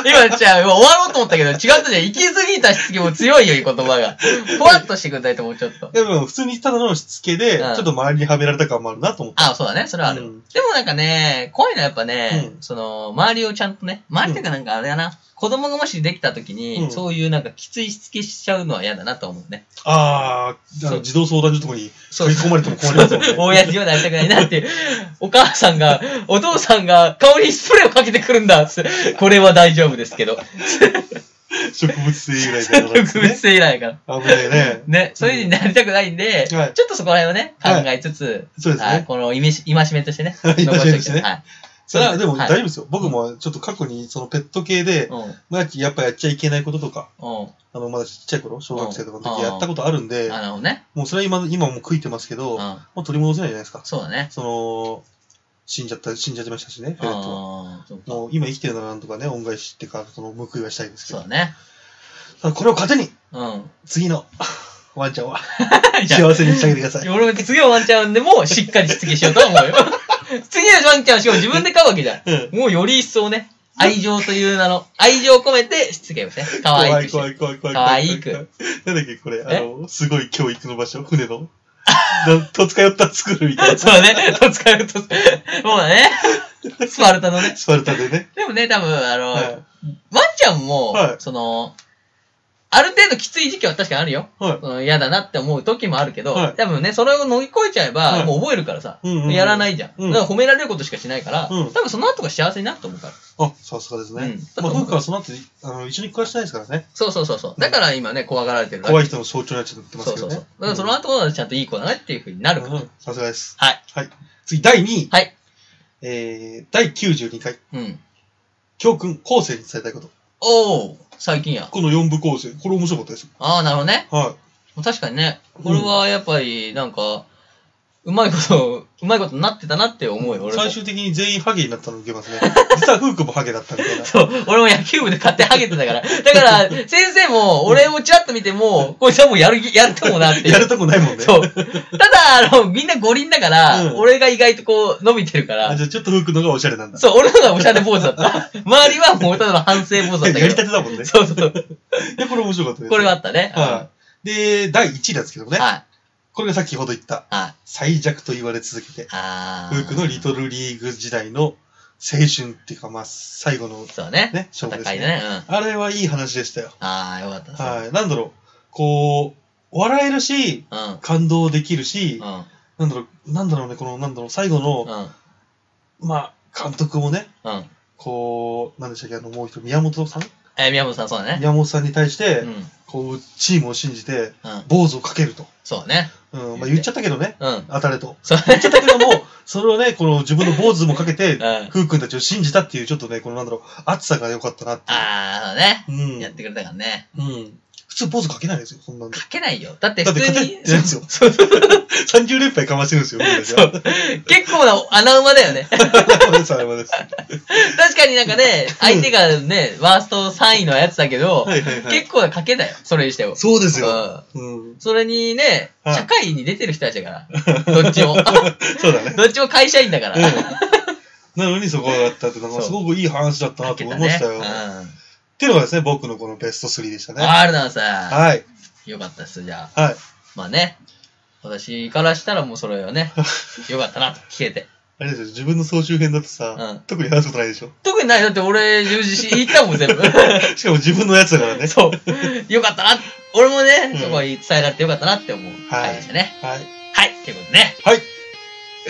[SPEAKER 2] 今、じゃあ、今終わろうと思ったけど、違ったじゃん。行き過ぎたしつけも強 いよ、いい言葉が。ふわっとしてくれたいともうちょっと。
[SPEAKER 3] でも、普通にただのしつけで、
[SPEAKER 2] うん
[SPEAKER 3] ちょっと周りにはめられた感もあるなと思って。
[SPEAKER 2] ああ、そうだね。それはある。
[SPEAKER 3] うん
[SPEAKER 2] でもなんかね、こういうのはやっぱね、
[SPEAKER 3] うん
[SPEAKER 2] その、周りをちゃんとね、周りというかなんかあれだな、子供がもしできた時に、
[SPEAKER 3] うん
[SPEAKER 2] そういうなんかきついしつけしちゃうのは嫌だなと思うね。
[SPEAKER 3] あー、あ
[SPEAKER 2] そ
[SPEAKER 3] の
[SPEAKER 2] う
[SPEAKER 3] 児童相談所とかに
[SPEAKER 2] そう
[SPEAKER 3] 食い込まれても困りますもんね。
[SPEAKER 2] 大やつようになりたくないなっていう。お母さんが、お父さんが顔にスプレーをかけてくるんだっつってこれは大丈夫ですけど。
[SPEAKER 3] 植物性由来みたいな
[SPEAKER 2] 特
[SPEAKER 3] 感じですね。
[SPEAKER 2] 別性以来から。
[SPEAKER 3] 危ないね。
[SPEAKER 2] ね、そういうふうになりたくないんで、
[SPEAKER 3] はい
[SPEAKER 2] ちょっとそこら辺をね、考
[SPEAKER 3] はい
[SPEAKER 2] えつつ、
[SPEAKER 3] そうですね
[SPEAKER 2] はいこの戒めし戒めとしてね、
[SPEAKER 3] はい 戒めとして
[SPEAKER 2] 残おき
[SPEAKER 3] ね
[SPEAKER 2] たい
[SPEAKER 3] それはでも
[SPEAKER 2] はい
[SPEAKER 3] 大丈夫ですよ。僕もちょっと過去にそのペット系で、
[SPEAKER 2] はい。
[SPEAKER 3] まあやっぱやっちゃいけないこととか、
[SPEAKER 2] うん。うん。
[SPEAKER 3] あのまだちっちゃい頃、小学生とかの
[SPEAKER 2] うん
[SPEAKER 3] 時やったことあるんで、
[SPEAKER 2] あのね、
[SPEAKER 3] もうそれは今今もう悔いてますけ
[SPEAKER 2] う
[SPEAKER 3] ど、
[SPEAKER 2] ん。
[SPEAKER 3] もう取り戻せないじゃないですか。
[SPEAKER 2] そうだね。
[SPEAKER 3] その、死んじゃった、死んじゃいましたしね、
[SPEAKER 2] う
[SPEAKER 3] ペットは。
[SPEAKER 2] ん。そうか
[SPEAKER 3] もう今生きてるならなんとかね、恩返しっていうか、その報いはしたいですけ
[SPEAKER 2] そう
[SPEAKER 3] ど
[SPEAKER 2] だ。ね。
[SPEAKER 3] ただこれを糧に、
[SPEAKER 2] うん。
[SPEAKER 3] 次 のワンちゃんは
[SPEAKER 2] じゃあ
[SPEAKER 3] 幸せにしてあげてください。
[SPEAKER 2] 俺も次のワンちゃんでもしっかりしつけしようとは思うよ。 次のワンちゃんはしかも自分で 飼うわけじゃ
[SPEAKER 3] うん
[SPEAKER 2] ん。もうより一層 ね、愛情という名の、愛情を込めてしつけをして、可愛くして。
[SPEAKER 3] 怖い怖い怖い怖い。
[SPEAKER 2] 可愛く。
[SPEAKER 3] なんだっけ、これ、あの、すごい教育の場所、船の。なとつかよった作るみたい な。
[SPEAKER 2] そうだね。と使えると、そうだね。スパルタのね。
[SPEAKER 3] スパルタでね。
[SPEAKER 2] でもね、多分、あの、
[SPEAKER 3] はい
[SPEAKER 2] ワンちゃんも、
[SPEAKER 3] はい
[SPEAKER 2] その、ある程度きつい時期は確かにあるよ。
[SPEAKER 3] はい。
[SPEAKER 2] その嫌だなって思う時もあるけど、
[SPEAKER 3] はい
[SPEAKER 2] 多分ね、それを乗り越えちゃえば、
[SPEAKER 3] はい
[SPEAKER 2] もう覚えるからさ、
[SPEAKER 3] うんうんうん
[SPEAKER 2] やらないじゃん。
[SPEAKER 3] うん
[SPEAKER 2] だから褒められることしかしないから、
[SPEAKER 3] うん
[SPEAKER 2] 多分その後が幸せになると思うから。
[SPEAKER 3] あ、さすがですね。
[SPEAKER 2] うん
[SPEAKER 3] まあ、僕はその後、あの、一緒に暮らしてないですからね。
[SPEAKER 2] そうそうそう。そうだから今ね、怖がられてるだけ
[SPEAKER 3] 怖い人の象徴になっちゃってます
[SPEAKER 2] そう
[SPEAKER 3] け
[SPEAKER 2] そう
[SPEAKER 3] どね。
[SPEAKER 2] そう。だからその後はちゃんといい子だねっていうふうになるから。
[SPEAKER 3] うんうんさすがです。
[SPEAKER 2] はい。
[SPEAKER 3] はい。次、第2位。
[SPEAKER 2] はい。
[SPEAKER 3] えー、第92回。
[SPEAKER 2] うん。
[SPEAKER 3] 教訓、後世に伝えたいこと。
[SPEAKER 2] おー、最近や。
[SPEAKER 3] この4部構成。これ面白かったですよ。
[SPEAKER 2] あー、なるほどね。
[SPEAKER 3] は
[SPEAKER 2] 確かにね、これはやっぱり、なんか、うまいこと、うまいことなってたなって思うよ、
[SPEAKER 3] い。
[SPEAKER 2] 俺も。
[SPEAKER 3] 最終的に全員ハゲになったの受けますね。 実はフークもハゲだったみ たいな。
[SPEAKER 2] そう、俺も野球部で勝手にハゲてたから。だから、先生も、俺もちらっと見ても、こいつはもうやる気、やるともなっていう。
[SPEAKER 3] やるとこないもんね。
[SPEAKER 2] そう。ただ、あの、みんな五輪だから、
[SPEAKER 3] うん
[SPEAKER 2] 俺が意外とこう、伸びてるか
[SPEAKER 3] あ
[SPEAKER 2] ら
[SPEAKER 3] じ。ゃあちょっとフークの方がおしゃれなんだ。
[SPEAKER 2] そう、俺の方がおしゃれ坊主だっ た。周りはもうただの反省坊主だったけど。
[SPEAKER 3] やりたてだもんね。
[SPEAKER 2] そうそうそう。
[SPEAKER 3] いや、これ面白かったです。
[SPEAKER 2] これがあったね。
[SPEAKER 3] はい。で、第1位なんですけども
[SPEAKER 2] うん
[SPEAKER 3] ね。
[SPEAKER 2] はい。
[SPEAKER 3] これが先ほど言った、
[SPEAKER 2] はい。
[SPEAKER 3] 最弱と言われ続けて、
[SPEAKER 2] あ
[SPEAKER 3] フークのリトルリーグ時代の青春っていうか、まあ、最後の
[SPEAKER 2] そうだね。
[SPEAKER 3] ね、勝負です
[SPEAKER 2] 戦いだ
[SPEAKER 3] ね。
[SPEAKER 2] ね。うん。
[SPEAKER 3] あれはいい話でしたよ。
[SPEAKER 2] ああ、よかったです。
[SPEAKER 3] はい。なんだろう、こう、笑えるし、
[SPEAKER 2] うん。
[SPEAKER 3] 感動できるし、
[SPEAKER 2] うん。
[SPEAKER 3] なんだろう、なんだろうね、この、なんだろう、最後の、
[SPEAKER 2] う
[SPEAKER 3] まあ、監督もね、
[SPEAKER 2] ん。うん。
[SPEAKER 3] こう、なんでしたっけ、あの、もう一人、宮本さん
[SPEAKER 2] えー、宮本さん、そうだね。
[SPEAKER 3] 宮本さんに対し
[SPEAKER 2] う
[SPEAKER 3] て
[SPEAKER 2] ん。、うん。
[SPEAKER 3] こう、チームを信じて、坊主をかけると。
[SPEAKER 2] そうね。
[SPEAKER 3] うん、まあ言っちゃったけどね、
[SPEAKER 2] うん。
[SPEAKER 3] 当たれと。
[SPEAKER 2] そう
[SPEAKER 3] 言っちゃったけど も、それをね、この自分の坊主もかけて、
[SPEAKER 2] うん
[SPEAKER 3] ふうくんたちを信じたっていう、ちょっとね、このなんだろう、熱さが良かったなって
[SPEAKER 2] ああ、そうね。
[SPEAKER 3] いう。
[SPEAKER 2] やってくれたからね。
[SPEAKER 3] うん。うん。普通坊主かけないですよ、そんなの。
[SPEAKER 2] かけないよ。だって
[SPEAKER 3] だ
[SPEAKER 2] 普
[SPEAKER 3] って
[SPEAKER 2] 通
[SPEAKER 3] 勝
[SPEAKER 2] に
[SPEAKER 3] て、ないですよ。
[SPEAKER 2] そうそう
[SPEAKER 3] 30連敗かましてるんですよ、僕たちは。
[SPEAKER 2] 結構な穴馬だよね。
[SPEAKER 3] そうです、あれはです。
[SPEAKER 2] 確かになんか ね、相手がね、ワースト3位のやつだけど、
[SPEAKER 3] はいはいはい。
[SPEAKER 2] 結構な賭けだよ。それにしても。
[SPEAKER 3] そうですよ。
[SPEAKER 2] ん。
[SPEAKER 3] うん。
[SPEAKER 2] それにね、
[SPEAKER 3] はい
[SPEAKER 2] 社会に出てる人たちだ から。どっちも。
[SPEAKER 3] そうだね。
[SPEAKER 2] どっちも会社員だから。
[SPEAKER 3] うん。なのにそこがあったって、なんか
[SPEAKER 2] そう
[SPEAKER 3] すごくいい話だったな
[SPEAKER 2] か
[SPEAKER 3] と
[SPEAKER 2] け
[SPEAKER 3] 思
[SPEAKER 2] た
[SPEAKER 3] いま
[SPEAKER 2] ね
[SPEAKER 3] したよ。
[SPEAKER 2] うん。
[SPEAKER 3] っていうのがですね、僕のこのベスト3でしたね。
[SPEAKER 2] ありがとうございま
[SPEAKER 3] はい。
[SPEAKER 2] す。よかったです、じゃあ。
[SPEAKER 3] はい。
[SPEAKER 2] まあね、私からしたらもうそれは ね、よかったなと聞けて。
[SPEAKER 3] あれですよ、自分の総集編だと
[SPEAKER 2] うん
[SPEAKER 3] さ、特に話すことないでしょ。
[SPEAKER 2] 特にない、だって俺、自信言ったもん、全部。
[SPEAKER 3] しかも自分のやつだから ね。
[SPEAKER 2] そう。よかったな。俺もね、
[SPEAKER 3] うん
[SPEAKER 2] そこに伝えられてよかったなって思う
[SPEAKER 3] はい
[SPEAKER 2] 回でしたね。
[SPEAKER 3] はい。
[SPEAKER 2] はい、ということでね、
[SPEAKER 3] はい。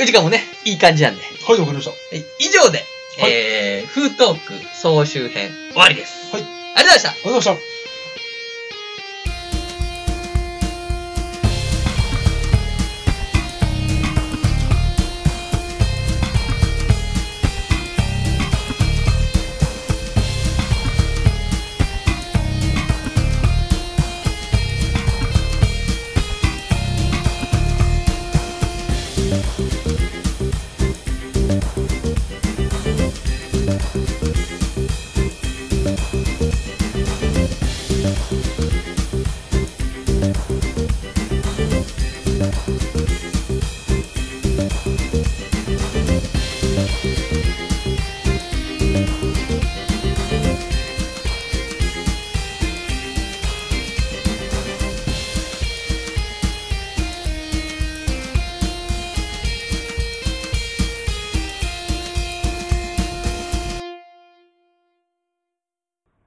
[SPEAKER 2] 時間もね、いい感じなんで。
[SPEAKER 3] はい、わかりました。
[SPEAKER 2] はい以上で、
[SPEAKER 3] はい
[SPEAKER 2] えー、フートーク総集編終わりです。
[SPEAKER 3] はい。
[SPEAKER 2] ありがとうございました。
[SPEAKER 3] ありがとうございました。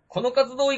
[SPEAKER 2] この活動以